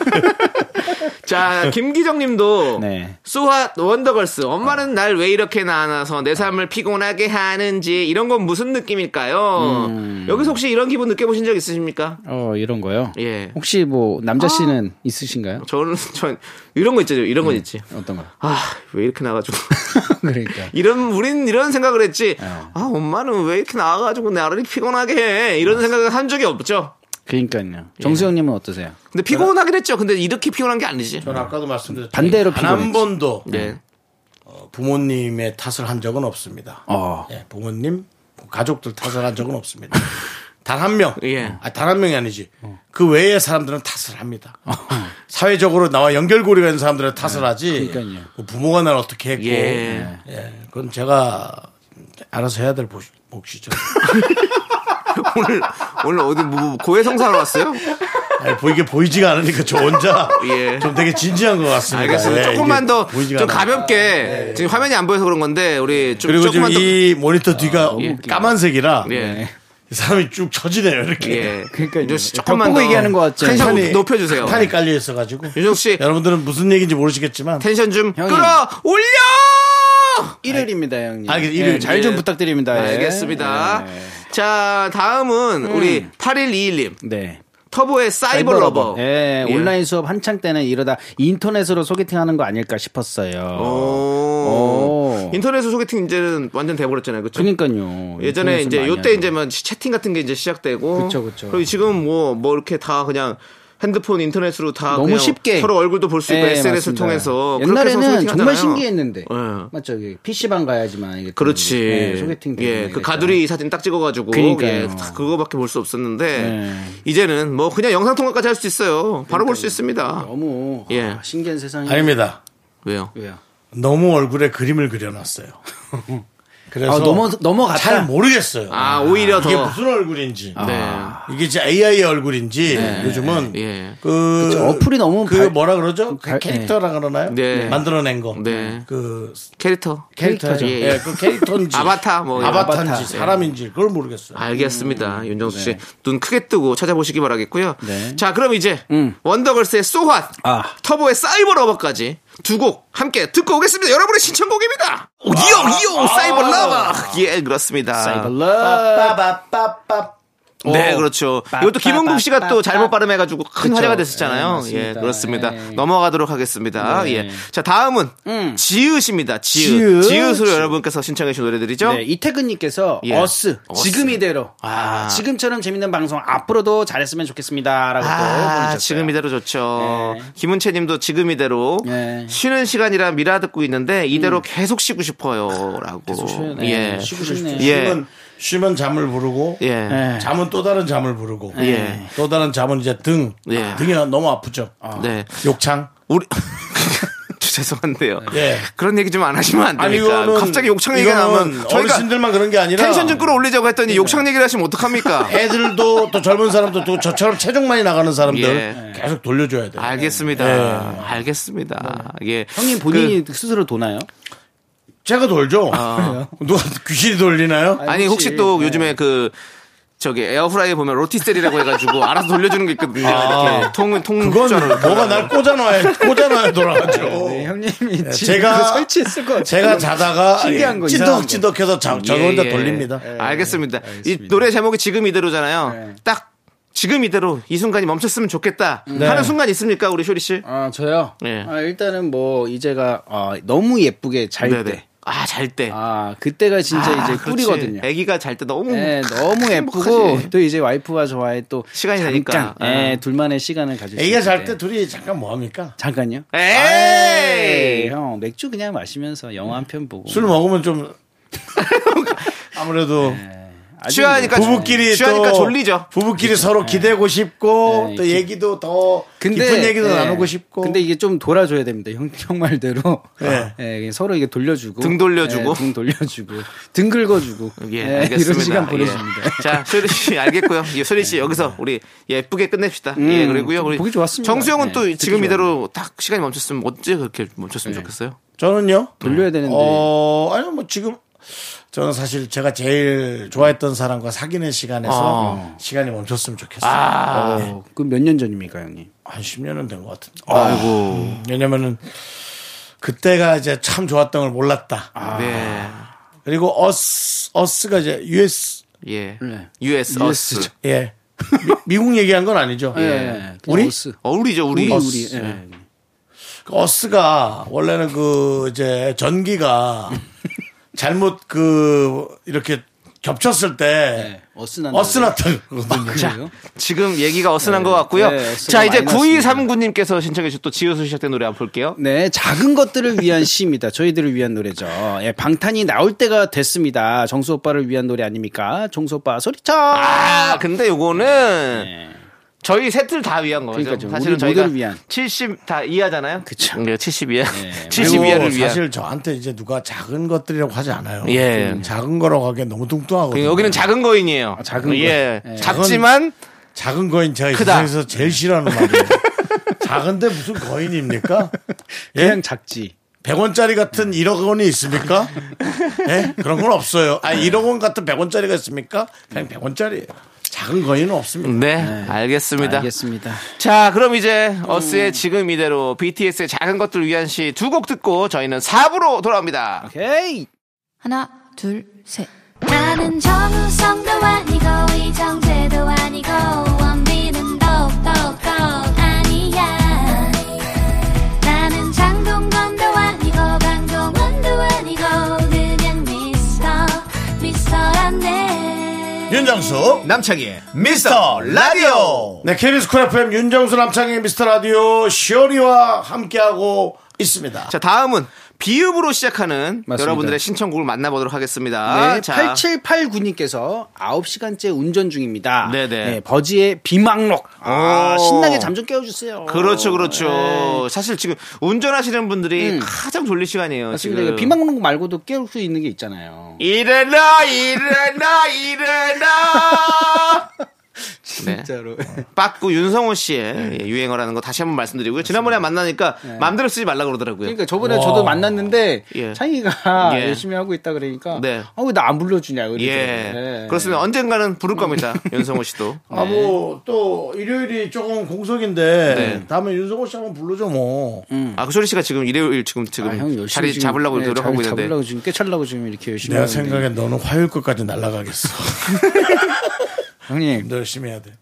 자 김기정님도 네. 소핫 원더걸스 엄마는 날 왜 이렇게 나눠서 내 삶을 피곤하게 하는지 이런 건 무슨 느낌일까요? 음. 여기서 혹시 이런 기분 느껴보신 적 있으십니까? 어 이런 거요. 예. 혹시 뭐 남자 씨는 있으신가요? 저는 전 이런 거 있죠. 이런 건 있지. 어떤 거? (laughs) 아 왜 이렇게 나가지고 음. 그러니까. (laughs) 어. 이런 우린 이런 생각을 했지. 아 엄마는 왜 이렇게 나와가지고 나를 피곤하게 해 이런 생각을 한 적이 없죠. 그러니까요. 정수영님은 어떠세요? 근데 피곤하긴 했죠. 근데 이렇게 피곤한 게 아니지. 저는 아까도 말씀드렸죠. 반대로 단한 피곤했지. 번도 네. 부모님의 탓을 한 적은 없습니다. 어. 예, 부모님, 가족들 탓을 한 적은 (laughs) 없습니다. 단 한 명. 예. 어. 아, 단 한 명이 아니지. 그 외의 사람들은 탓을 합니다. 사회적으로 나와 연결고리가 있는 사람들은 탓을 하지. 그러니까요. 뭐 부모가 날 어떻게 했고. 예. 예, 그건 제가 알아서 해야 될 몫- 몫이죠. (laughs) 오늘 오늘 어디 뭐 고해성사로 왔어요? 아니, 보이게 보이지가 않으니까 저 혼자 (laughs) 예. 좀 되게 진지한 것 같습니다. 알겠습니다. 예, 조금만 이게 더 보이지가 좀 않아요. 가볍게 지금 화면이 안 보여서 그런 건데 우리 좀 그리고 지금 조금만 이 모니터 뒤가 까만색이라 더 예. 이 사람이 쭉 처지네요 이렇게. 예. 그러니까요. 윤정 씨, 조금만 벽보고 더 얘기하는 것 같죠? 텐션 판이- 높여 주세요. 판이 깔려 있어가지고. 윤정 씨 (laughs) 여러분들은 무슨 얘기인지 모르시겠지만 텐션 좀 형님. 끌어 올려! 일요일입니다, 형님. 아, 그래서 일요일. 네, 잘 좀 예. 부탁드립니다. 예. 알겠습니다. 예. 자, 다음은 우리 8121님. 네. 터보의 사이버 러버. 예, 예. 온라인 수업 한창 때는 이러다 인터넷으로 소개팅 하는 거 아닐까 싶었어요. 오. 오. 인터넷 소개팅 이제는 완전 돼버렸잖아요. 그쵸? 그러니까요. 예전에 인터넷은 이제 많이 요때 하죠. 이제 막 채팅 같은 게 이제 시작되고. 그쵸, 그쵸. 리고 지금 뭐 뭐 이렇게 다 그냥 핸드폰 인터넷으로 다 너무 그냥 쉽게 서로 얼굴도 볼 수 있고 예, SNS를 맞습니다. 통해서 그렇게 해서 옛날에는 소개팅 정말 하잖아요. 신기했는데 예. 맞죠? PC방 가야지만 이게 그렇지. 예, 소개팅 되는 예, 거겠죠. 그 가두리 사진 딱 찍어가지고 그러니까요. 예, 다 그거밖에 볼 수 없었는데 예. 이제는 뭐 그냥 영상 통화까지 할 수 있어요. 바로 볼 수 있습니다. 너무 그 예. 아, 신기한 세상이 아닙니다. 왜요? 왜요? 너무 얼굴에 그림을 그려놨어요. (laughs) 그래서 아, 넘어 넘어갔다. 잘 모르겠어요. 아. 아 오히려 더 이게 무슨 얼굴인지. 네. 아. 이게 이제 AI 의 얼굴인지 요즘은 예. 네, 그 그쵸, 어플이 너무 그 발- 뭐라 그러죠? 그 발- 캐릭터라 그러나요? 네. 만들어낸 거. 네. 그 캐릭터 캐릭터죠. 예, 예, 예. 그 캐릭터인지 아바타 뭐 이런 (laughs) 아바타인지 아, 아바타. 예. 사람인지 그걸 모르겠어요. 알겠습니다. 윤정수 씨 눈 크게 뜨고 찾아보시기 바라겠고요. 음. 네. 자, 그럼 이제 음. 원더걸스의 소환, 아. 터보의 사이버 러버까지 두 곡 함께 듣고 오겠습니다. 여러분의 신청곡입니다. 이용 이용 사이버 러버. 예, 그렇습니다. 아, 사이버러 네, 그렇죠. 빠, 이것도 빠, 김은국 빠, 씨가 빠, 또 빠. 잘못 발음해가지고 큰 그쵸. 화제가 예, 됐었잖아요. 예, 맞습니다. 그렇습니다. 예. 넘어가도록 하겠습니다. 네. 예. 자, 다음은 지읒입니다. 지읒. 지읒. 지읒으로 여러분께서 신청해주신 노래들이죠. 네, 이태근님께서 예. 어스, 어스. 지금 이대로 아. 지금처럼 재밌는 방송 앞으로도 잘했으면 좋겠습니다라고 또 아, 보내주셨어요. 지금 이대로 좋죠. 네. 김은채 님도 지금 이대로 네. 음. 쉬는 시간이라 미라 듣고 있는데 이대로 계속 쉬고 싶어요. 라고. 아, 쉬어요. 예. 네, 쉬고 싶네요. 예. 쉬면 쉬면 잠을 부르고 예. 네. 잠은 또 다른 잠을 부르고 예. 또 다른 잠은 이제 등 예. 등이 너무 아프죠. 네. 욕창. 우리 (laughs) 죄송한데요. 네. 예. 그런 얘기 좀 안 하시면 안 되니까. 그러니까 갑자기 욕창 얘기가 이거는 나오면 저희가 어르신들만 그런 게 아니라 텐션 좀 끌어올리자고 했더니 네. 욕창 얘기를 하시면 어떡합니까? 애들도 또 젊은 사람도 또 저처럼 체중 많이 나가는 사람들 예. 아. 계속 돌려줘야 돼요. 알겠습니다. 알겠습니다. 예. 네. 형님 본인이 스스로 도나요? 제가 돌죠. 아. (laughs) 누가 귀신이 돌리나요? 그- 아니 혹시 또 요즘에 그 저기 에어프라이에 보면 로티셀이라고 해가지고 알아서 돌려주는 게 있거든요. 이렇게 통은 통. 그건 숫자로. 네. 뭐가 날 꽂아놔야 꽂아놔야 돌아가죠. 네, 형님이 어. 네, 제가- 그거 (laughs) 설치했을 것 제가 같아요. 자다가 예, 신기한 거, 이상한 거. 찌덕찌덕해서 저 예, 혼자 예. 돌립니다. 예, 알겠습니다. 이 노래 제목이 지금 이대로잖아요. 딱 지금 이대로 이 순간이 멈췄으면 좋겠다 하는 순간 있습니까, 우리 쇼리 씨? 아 저요. 예. 아, 일단은 뭐 이제가 아, 너무 예쁘게 잘 때. 아, 잘 때. 아 그때가 진짜 아, 이제 그렇지. 꿀이거든요. 아기가 잘 때 너무 네, 너무 음. 행복하지. 예쁘고 또 이제 와이프와 저와의 또 시간이 잠깐, 되니까. 아. 예, 둘만의 시간을 가질 수 애기가 잘 예. 있을 때 둘이 잠깐 뭐 합니까? 잠깐요. 예, 에이! 형 맥주 그냥 마시면서 영화 한 편 보고 술 먹으면 (laughs) 좀 아무래도 네. 아주 취하니까 뭐- 부부끼리 취하니까 또 졸리죠. 부부끼리 서로 기대고 싶고 그렇죠. 네, 또 기- 얘기도 더 근데 깊은 얘기도 예. 나누고 싶고. 근데 이게 좀 돌아줘야 됩니다. 형, 형 말대로 예. (laughs) 예, 그냥 서로 이게 돌려주고 등 돌려주고. 예, 등 돌려주고 등 긁어주고 (laughs) 예, 예, 알겠습니다. 이런 시간 예. 보내줍니다. 자, 소리 씨 알겠고요. 예, 소리 씨 여기서 우리 예쁘게 끝냅시다. 예, 그리고요. 좀 우리 음, 보기 좋았습니다. 정수영은 예, 또 듣기 네. 지금 이대로 딱 시간이 멈췄으면 언제 그렇게 멈췄으면 좋겠어요? 저는요. 돌려야 되는데 어, 아니요, 뭐 지금 저는 사실 제가 제일 좋아했던 사람과 사귀는 시간에서 아. 시간이 멈췄으면 좋겠어요. 네. 그몇 년 전입니까 형님? 한 10년은 된 것 같은데. 아이고. 왜냐면은 그때가 이제 참 좋았던 걸 몰랐다. 아. 네. 그리고 어스, 어스가 이제 US, 예. 네. US US 어스. 예. 미, 국 얘기한 건 아니죠. 예, 우리? 어스. 어, 우리죠, 우리. 네. 우리 우리 어스. 예. 그 어스가 원래는 그 이제 전기가 잘못 그 이렇게 겹쳤을 때 예, 어스난. 어스나트거든요. 예. 그래요? 지금 얘기가 어슨한 것 같고요. 네, 어스가 자, 이제 많이 9239님께서 신청해 주신 또 지효수 시작된 노래 한번 볼게요. 네, 작은 것들을 위한 시입니다. 저희들을 위한 노래죠. 예, 방탄이 나올 때가 됐습니다. 정수 오빠를 위한 노래 아닙니까? 정수 오빠 소리쳐. 아, 근데 요거는 저희 셋을 다 위한 거죠. 그러니까요. 사실은 우리 저희가 모두를 위한. 70 다 이하잖아요. 그쵸. 네, 70 이하. (laughs) 그리고 70 이하를 위한. 사실 저한테 이제 누가 작은 것들이라고 하지 않아요. 예. 음, 작은 거라고 하기엔 너무 뚱뚱하거든요. 그러니까 여기는 작은 거인이에요. 작은 거인. 예. 예. 작지만 작은 거인 제가 이 크다. 세상에서 제일 싫어하는 말이에요. 작은데 무슨 거인입니까? 예? 그냥 작지. 100원짜리 같은 1억 원이 (laughs) 있습니까? 예? 그런 건 없어요. 아, 1억 원 같은 100원짜리가 있습니까? 그냥 100원짜리예요. 작은 거인은 없습니다. 네, 알겠습니다. 알겠습니다. 자, 그럼 이제 어스의 지금 이대로 BTS의 작은 것들 위한 시 두 곡 듣고 저희는 4부로 돌아옵니다. 오케이. 하나, 둘, 셋. 나는 정우성도 아니고, 이정재도 아니고, 원빈은 더욱더 아니야. 나는 장동건도 아니고, 강동원도 아니고, 그냥 미스터, 미스터란데. 음. 윤정수. 남창희의 미스터 라디오. 네, KBS 쿨 FM 윤정수 남창의 미스터 라디오 시오리와 함께하고 있습니다. 자, 다음은 비읍으로 시작하는 맞습니다. 여러분들의 신청곡을 만나보도록 하겠습니다. 네, 아, 자, 8789님께서 9시간째 운전 중입니다. 네네. 네, 버지의 비망록. 아, 오. 신나게 잠 좀 깨워주세요. 그렇죠, 그렇죠. 어, 네. 음. 사실 지금 운전하시는 분들이 가장 졸릴 시간이에요. 맞습니다. 지금. 비망록 말고도 깨울 수 있는 게 있잖아요. 일어나, 일어나, (laughs) 일어나. 진짜로. 빠꾸 윤성호 네. 씨의 예, 유행어라는 거 다시 한번 말씀드리고요. 지난번에 만나니까 맘대로 쓰지 말라고 그러더라고요. 그러니까 저번에 저도 만났는데 예. 창희가 예. 열심히 하고 있다 그러니까 네. 아, 왜 나 안 불러주냐 그래. 예. 네. 그렇습니다. 언젠가는 부를 겁니다. 음. 윤성호 씨도. 아, 뭐, 또, 일요일이 조금 공석인데, 네. 다음에 윤석호 씨 한번 불러줘, 뭐. 음. 아, 그 소리 씨가 지금 일요일 지금 아, 지금 자리 잡으려고 노력하고 있는데. 네, 잡으려고 지금 깨차려고 지금 이렇게 열심히 내가 하고 있는데. 생각엔 너는 화요일 끝까지 날아가겠어. (laughs) 형님 너 열심히 해야 돼.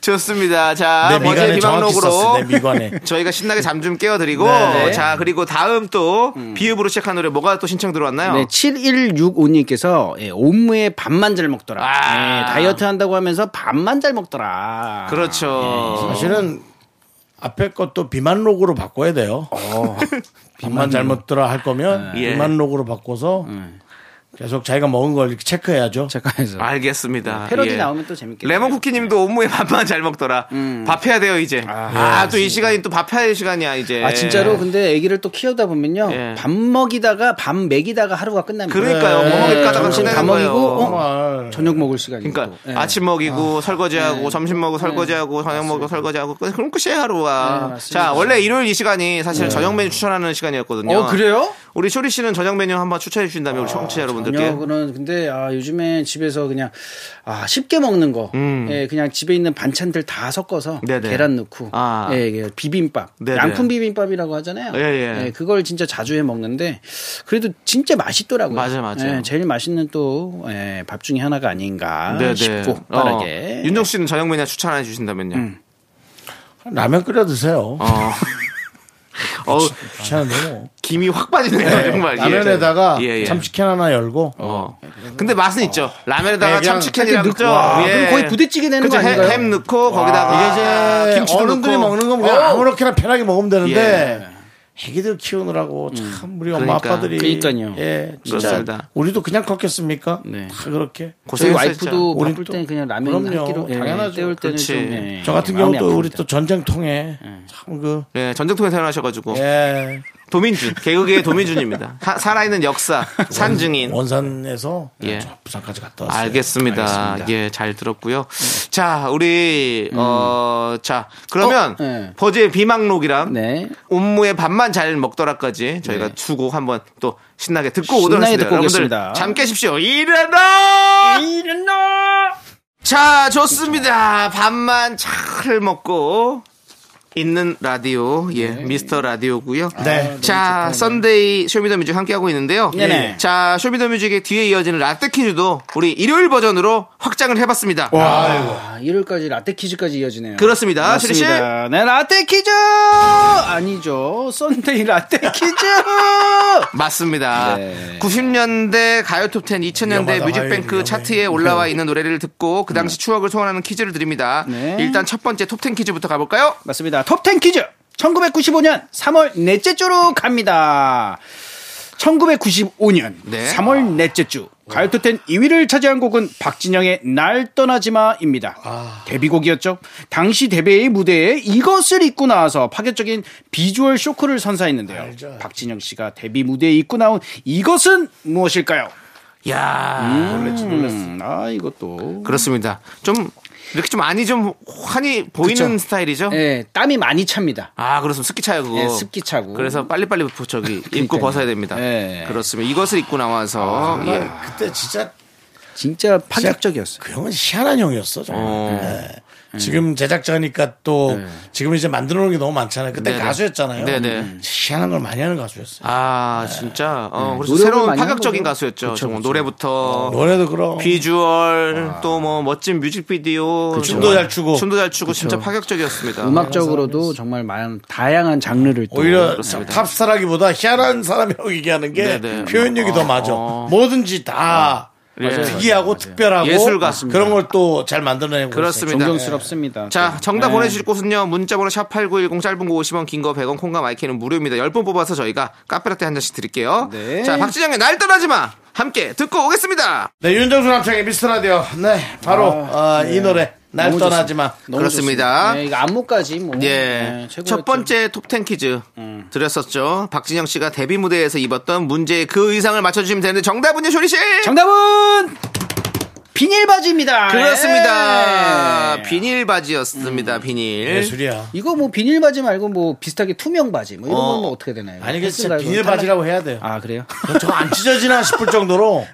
좋습니다. 자, 내 어제 미간에 정확히 썼어, 비방록으로 내 미간에. (laughs) 저희가 신나게 잠 좀 깨워드리고 네. 자, 그리고 다음 또 비읍으로 시작한 노래 뭐가 또 신청 들어왔나요? 네, 7165님께서 예, 옴무에 밥만 잘 먹더라. 아. 예, 다이어트 한다고 하면서 밥만 잘 먹더라. 그렇죠. 아, 예. 사실은 앞에 것도 비만록으로 바꿔야 돼요. (laughs) 밥만 잘못 들어 할 거면 예. 음. 비만록으로 바꿔서 계속 자기가 먹은 걸 이렇게 체크해야죠. 잠깐만요. 알겠습니다. 패러디 아, 예. 나오면 또 음. 재밌겠다. 레몬 쿠키님도 업무에 밥만 잘 먹더라. 밥해야 돼요 이제. 아 또 이 시간이 또 밥해야 될 시간이야 이제. 아 진짜로 근데 아기를 또 키우다 보면요 예. 밥 먹이다가 밥 먹이다가 하루가 끝납니다. 그러니까요. 뭐 먹일까다가 점심 네. 다 끝내는 먹이고 거예요. 어, 저녁 먹을 시간이 그러니까 또. 예. 아침 먹이고 설거지하고 점심 먹고 설거지하고 저녁 먹고 설거지하고 끝- 그럼 끝이에요 하루가. 예, 맞습니다. 예. 자 원래 일요일 이 시간이 사실 저녁 메뉴 추천하는 시간이었거든요. 어 그래요? 아, 우리 쇼리 씨는 저녁 메뉴 한번 추천해 주신다면 우리 청취자 여러분들께. 저녁은 근데 아 요즘에 집에서 그냥 아 쉽게 먹는 거, 예, 그냥 집에 있는 반찬들 다 섞어서 음. 네네. 계란 넣고, 아. 예, 예, 비빔밥, 네네. 양푼 비빔밥이라고 하잖아요. 예, 예. 그걸 진짜 자주 해 먹는데 그래도 진짜 맛있더라고요. 맞아요, 맞아요. 예, 제일 맛있는 또 예, 밥 중에 하나가 아닌가 네네. 싶고 어, 빠르게. 음. 윤정 씨는 저녁 메뉴 추천해 주신다면요. 라면 끓여 드세요. 어. (laughs) 어 귀찮은데 뭐. 김이 확 빠지네요 정말. 예. 라면에다가 예, 예. 참치캔 하나 열고 어. 근데 맛은 있죠. 네, 라면에다가 그냥 참치캔이랑 예, 넣고, 넣죠. 와, 그럼 거의 부대찌개 되는 그쵸, 거 아닌가요? 햄, 햄 넣고 거기다가 이게 이제 김치도 어른들이 넣고. 먹는 건 그냥 아무렇게나 편하게 먹으면 되는데 예. 애기들 키우느라고 참 우리 엄마 그러니까. 아빠들이 그러니까요. 예, 진짜 그렇습니다. 우리도 그냥 컸겠습니까? 네. 다 그렇게. 저희 고생했어요, 와이프도 진짜. 바쁠 우리 또- 때 그냥 라면 그럼요. 한 끼로 예, 당연하죠. 때울 때는 그렇지. 좀, 예, 저 같은 마음이 경우도 우리 아픕니다. 또 전쟁통에 참 그. 진짜. 예, 전쟁통에 태어나셔가지고 예, 도민준 개그계의 도민준입니다. 사- 살아있는 역사 산증인. 예, 원산에서 예. 저 부산까지 갔다 왔어요. 알겠습니다. 예, 잘 들었고요. 자, 우리 어, 자 그러면 어, 예. 버즈의 비망록이랑 네. 옴무의 밥만 잘 먹더라까지 저희가 네. 두고 한번 또 신나게 듣고 오도록 신나게 하겠습니다. 듣고 여러분들 오겠습니다. 잠 깨십시오. 일어나! 자, 좋습니다. 밥만 잘 먹고 있는 라디오, 예, 미스터 라디오고요 네. 자, 썬데이 쇼미더뮤직 함께하고 있는데요. 네네. 자, 쇼미더뮤직의 뒤에 이어지는 라떼 퀴즈도 우리 일요일 버전으로 확장을 해봤습니다. 아, 일요일까지 라떼 퀴즈까지 이어지네요. 그렇습니다. 맞습니다. 시리 씨. 네, 라떼 퀴즈! 아니죠. 썬데이 라떼 (laughs) 퀴즈! 맞습니다. 네. 90년대 가요 톱10, 2000년대 위험하다, 뮤직뱅크 아유, 위험해. 네. 차트에 올라와 있는 노래를 듣고 그 당시 추억을 소환하는 퀴즈를 드립니다. 네. 일단 첫 번째 톱10 퀴즈부터 가볼까요? 맞습니다. 톱10 퀴즈! 1995년 3월 넷째 주로 갑니다. 1995년 네. 3월 넷째 주 가요톱텐 2위를 차지한 곡은 박진영의 날 떠나지마입니다. 데뷔곡이었죠. 당시 데뷔의 무대에 이것을 입고 나와서 파격적인 비주얼 쇼크를 선사했는데요. 박진영 씨가 데뷔 무대에 입고 나온 이것은 무엇일까요? 야 음, 아 이것도 그렇습니다. 좀 이렇게 좀 안이 좀 환히 보이는 그쵸. 스타일이죠? 예, 땀이 많이 찹니다. 아, 그렇습니다. 습기 차요, 그거. 예, 습기 차고. 그래서 빨리빨리 부- 저기 입고 그러니까요. 벗어야 됩니다. 예. 그렇습니다. 이것을 입고 아, 나와서 예. 그때 진짜 진짜 파격적이었어요. 그 형은 희한한 형이었어 정말. 네. 예. 지금 제작자니까 또 지금 이제 만들어 놓은 게 너무 많잖아요. 그때 네네. 가수였잖아요. 네네. 음. 희한한 걸 많이 하는 가수였어요. 아, 진짜. 어, 그래서 네. 노력을 새로운 많이 한 파격적인 거죠. 가수였죠. 정말 노래부터 노래도 그럼 비주얼 아. 또 뭐 멋진 뮤직비디오 춤도 잘 추고. 춤도 잘 추고 진짜 파격적이었습니다. 네, 음악적으로도 정말 많은 다양한 장르를 또 오히려 그렇습니다. 탑스타라기보다 희한한 사람이라고 얘기하는 게 네네. 어. 표현력이 더 맞아. 뭐든지 다 예. 특이하고 특별하고 예술 같습니다. 그런 걸 또 잘 만들어내고 그렇습니다. 존경스럽습니다. 자, 정답 네. 보내주실 곳은요, 문자번호 샵8910, 짧은 거 50원, 긴 거 100원, 콩과 마이크는 무료입니다. 10분 뽑아서 저희가 카페라떼 한 잔씩 드릴게요. 네. 자, 박진영의 날 떠나지 마! 함께 듣고 오겠습니다! 있어요. 네, 윤정수 남창의 미스터라디오. 네, 바로 어, 이 노래 날 너무 떠나지 마. 너무 그렇습니다. 좋습니다. 네, 이거 안무까지 뭐. 예. 네, 최고였죠. 음. 첫 번째 톱10 퀴즈 드렸었죠. 박진영 씨가 데뷔 무대에서 입었던 문제의 그 의상을 맞춰주시면 되는데 정답은요, 쇼리 씨? 정답은 비닐 바지입니다. 그렇습니다. 예. 비닐 바지였습니다, 비닐. 예술이야. 이거 뭐 비닐 바지 말고 뭐 비슷하게 투명 바지 뭐 이런 어. 건뭐 어떻게 되나요? 아니, 그 진짜 패스라고 비닐 탈락- 바지라고 해야 돼요. (laughs) 아 그래요? 저거 안 찢어지나 싶을 정도로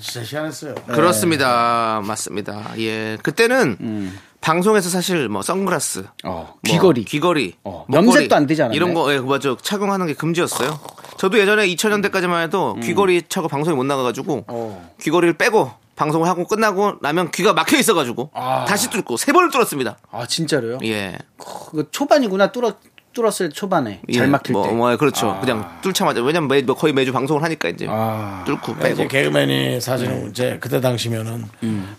진짜 희한했어요. 네, 그렇습니다. 맞습니다. 예. 그때는 방송에서 사실 뭐 선글라스, 음. 어, 뭐 귀걸이. 귀걸이, 어, 목걸이 염색도 안 되지 않았나요? 네. 이런 거 예, 맞아 착용하는 게 금지였어요. 저도 예전에 2000년대까지만 해도 귀걸이 차고 방송에 못 나가가지고 음. 어. 귀걸이를 빼고 방송을 하고 끝나고 나면 귀가 막혀 있어가지고 다시 뚫고 세 번을 뚫었습니다. 아 진짜로요? 예, 그거 초반이구나 뚫었 뚫었을 초반에 예, 잘 막힐 뭐, 때. 뭐, 그렇죠. 그냥 뚫자마자 왜냐면 매, 뭐 거의 매주 방송을 하니까 이제 아. 뚫고 그러니까 빼고 이제 개그맨이 사실은 이제 그때 당시면은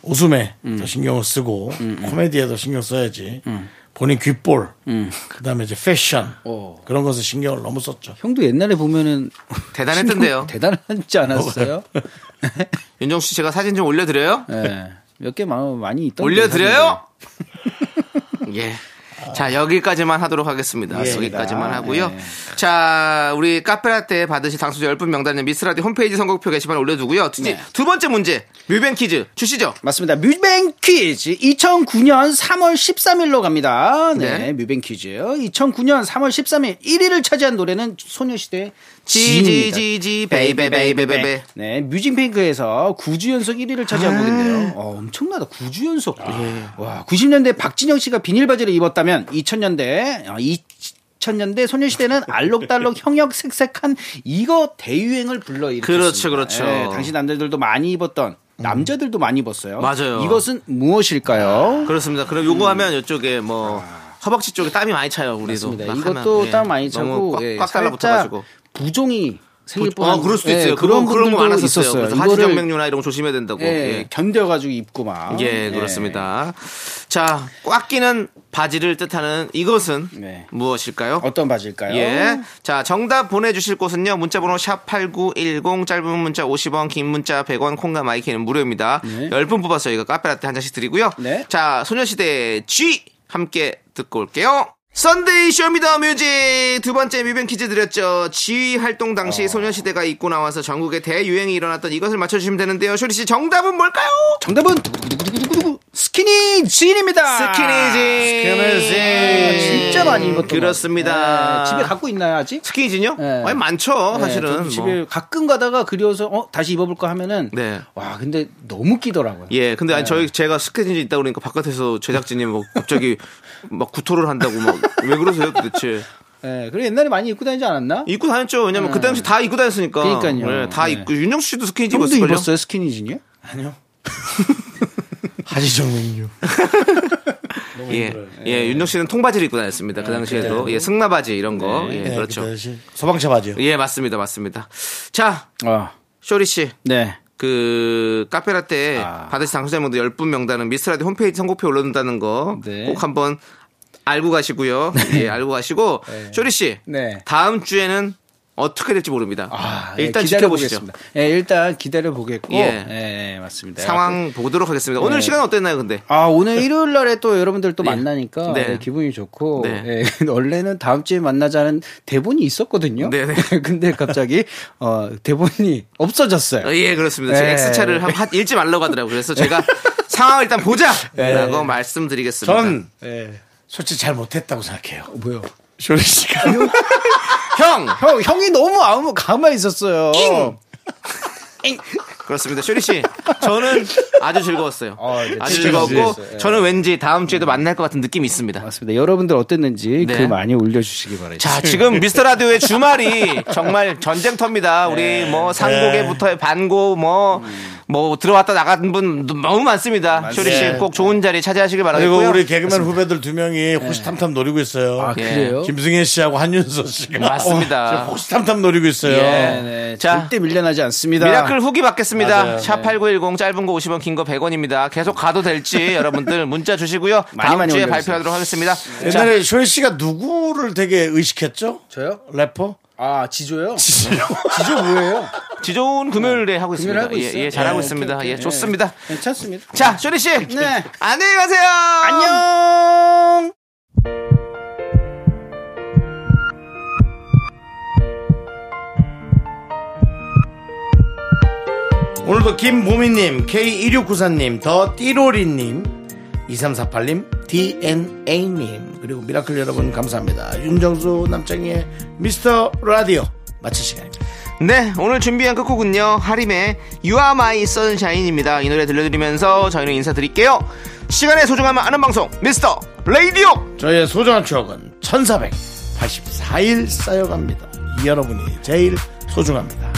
웃음에 더 신경을 쓰고 코미디에 더 신경 써야지 본인 귓볼 그다음에 이제 패션 어. 그런 것에 신경을 너무 썼죠. 형도 옛날에 보면은 대단했던데요. 대단하지 (laughs) 않았어요? 윤정수 씨 제가 사진 좀 올려드려요. 예. 몇개 많이 있던 올려드려요? (laughs) 예. 자, 여기까지만 하도록 예, 하겠습니다. 여기까지만 하고요. 아, 자, 우리 카페라떼 받으실 당수자 10분 명단은 미스라디 홈페이지 선곡표 게시판에 올려두고요. 두, 네. 두 번째 문제, 뮤뱅 퀴즈 주시죠. 맞습니다. 뮤뱅 퀴즈 2009년 3월 13일로 갑니다. 네, 네. 뮤뱅 퀴즈요. 2009년 3월 13일 1위를 차지한 노래는 소녀시대 지지지지, 베이베베이베베베. 아. 네, 뮤직뱅크에서 9주 연속 1위를 차지한 곡인데요. 어, 엄청나다. 9주 연속. 예. 와, 90년대 박진영 씨가 비닐바지를 입었다면 2000년대 어, 2000년대 소녀시대는 알록달록 (laughs) 형형색색한 이거 대유행을 불러일으켰습니다. 그렇죠, 그렇죠. 예, 당시 남자들도 많이 입었던 남자들도 많이 입었어요. 음. 맞아요. 이것은 무엇일까요? 그렇습니다. 그럼 요거 하면 이쪽에 뭐, 허벅지 쪽에 땀이 많이 차요, 우리도. 그렇습니다. 막 하면, 아. 이것도 예. 땀 많이 너무 차고 꽉, 예, 꽉 살짝 달라붙어가지고. 부종이 생길 부- 아, 뻔한 그럴 수도 예, 있어요. 그런 그런 그런 거 분들도 많았었어요. 있었어요. 그래서 이거를- 하지정맥류나 이런 거 조심해야 된다고. 예, 예. 견뎌가지고 입고 막. 예, 그렇습니다. 자, 꽉 끼는 바지를 뜻하는 이것은 네. 무엇일까요? 어떤 바지일까요? 예. 자, 정답 보내주실 곳은요, 문자번호 샵8910, 짧은 문자 50원, 긴 문자 100원, 콩과 마이키는 무료입니다. 네. 열 10분 뽑아서 저희가 카페라떼 한 잔씩 드리고요. 네. 자, 소녀시대 G 함께 듣고 올게요. 썬데이 쇼미더 뮤직 두 번째 뮤뱅 퀴즈 드렸죠. G 활동 어. 당시 소녀시대가 입고 나와서 전국에 대유행이 일어났던 이것을 맞춰주시면 되는데요. 쇼리 씨 정답은 뭘까요? 정답은 두구두구두구두구 스키니 진입니다. 스키니진. 아, 진짜 많이 입었던 것 예. 그렇습니다. 같아요. 예, 집에 갖고 있나요 아직? 스키니진요? 네. 아니 많죠 예, 사실은. 저도 뭐. 집에 가끔 가다가 그리워서 어 다시 입어볼까 하면은 네. 와 근데 너무 끼더라고요. 네. 예, 근데 아니 저희 제가 스케줄이 있다 그러니까 바깥에서 제작진이 뭐 갑자기 막 구토를 한다고 막 왜 그러세요 도대체? 예, 그래 옛날에 많이 입고 다니지 않았나? 입고 다녔죠. 왜냐면 그때 당시 다 입고 다녔으니까. 음. 그러니까요. 예, 다 네. 입고 윤정수 씨도 스키니지 형도 입었을걸요. 입었어요 스키니진이요? 예, 네. 예, 윤정 씨는 통바지를 입고 다녔습니다. 그 당시에도 예, 승마바지 이런 거. 예, 네, 그렇죠. 그때 시- 소방차 바지요. 예, 맞습니다, 맞습니다. 자, 아, 쇼리 씨. 네. 그 카페라떼 아. 받으신 당첨자분들 10분 명단은 미스라디 홈페이지 선곡표에 올려놓는다는 거 꼭 네. 한번 알고 가시고요. 예, 알고 가시고 쇼리 씨. 네. 다음 주에는 어떻게 될지 모릅니다. 아, 예, 일단 지켜보시죠. 기다려보겠습니다. 예, 일단 기다려 보겠고, 예. 예. 예, 맞습니다. 상황 보도록 하겠습니다. 오늘 네. 시간 어땠나요, 근데? 아 오늘 일요일 날에 또 여러분들 또 만나니까 네. 예, 기분이 좋고 네. 예, (laughs) 원래는 다음 주에 만나자는 대본이 있었거든요. 네네. (laughs) 근데 갑자기 어, 대본이 없어졌어요. 어, 예, 그렇습니다. 제가 예. X차를 한, 한 읽지 말라고 하더라고요. 그래서 (laughs) 제가 상황을 일단 보자! 네. 라고 말씀드리겠습니다. 전 솔직히 잘 못했다고 생각해요. 뭐요? 쇼리 씨가 형! 형 형이 너무 아무 가만히 있었어요. 그렇습니다. 쇼리씨, 저는 아주 즐거웠어요. 어, 네, 아주 진짜 즐거웠고, 즐거웠어요. 예. 저는 왠지 다음 주에도 만날 것 같은 느낌이 있습니다. 맞습니다. 여러분들 어땠는지 네. 글 많이 올려주시기 바랍니다. 자, 지금 미스터 라디오의 주말이 정말 전쟁터입니다. 네. 우리 뭐 상고개부터 반고 뭐, 뭐 들어왔다 나간 분 너무 많습니다. 네. 쇼리씨 꼭 좋은 자리 차지하시길 그리고 바라겠고요. 네. 우리 개그맨 후배들 두 명이 호시탐탐 노리고 있어요. 아 예. 그래요? 김승현 씨하고 한윤서 씨가 맞습니다. (laughs) 지금 호시탐탐 노리고 있어요. 예. 네, 자. 절대 밀려나지 않습니다. 네. 미라클 후기 받겠습니다. 샵8910 짧은 거 50원 긴 거 100원입니다. 계속 가도 될지 여러분들 문자 주시고요. 많이 다음 많이 주에 올려주세요. 발표하도록 하겠습니다. 자, 옛날에 쇼리 씨가 누구를 되게 의식했죠? 저요? 래퍼? 아 지조요? 지조 뭐예요? 지좋은 금요일에 하고 있습니다. 하고 예, 있어요? 예, 잘하고 네, 있습니다. 오케이, 오케이. 예, 좋습니다. 괜찮습니다. 자, 쇼리 씨. 네. 안녕히 가세요. 안녕. 오늘도 김보미님, K1694님, 더 띠로리님, 2348님, DNA님, 그리고 미라클 여러분 감사합니다. 윤정수 남창희의 미스터 라디오 마칠 시간입니다. 네, 오늘 준비한 끝곡은요. 하림의 You Are My Sunshine입니다. 이 노래 들려드리면서 저희는 인사드릴게요. 시간의 소중함을 아는 방송 미스터 레이디오. 저의 소중한 추억은 1484일 쌓여갑니다. 여러분이 제일 소중합니다.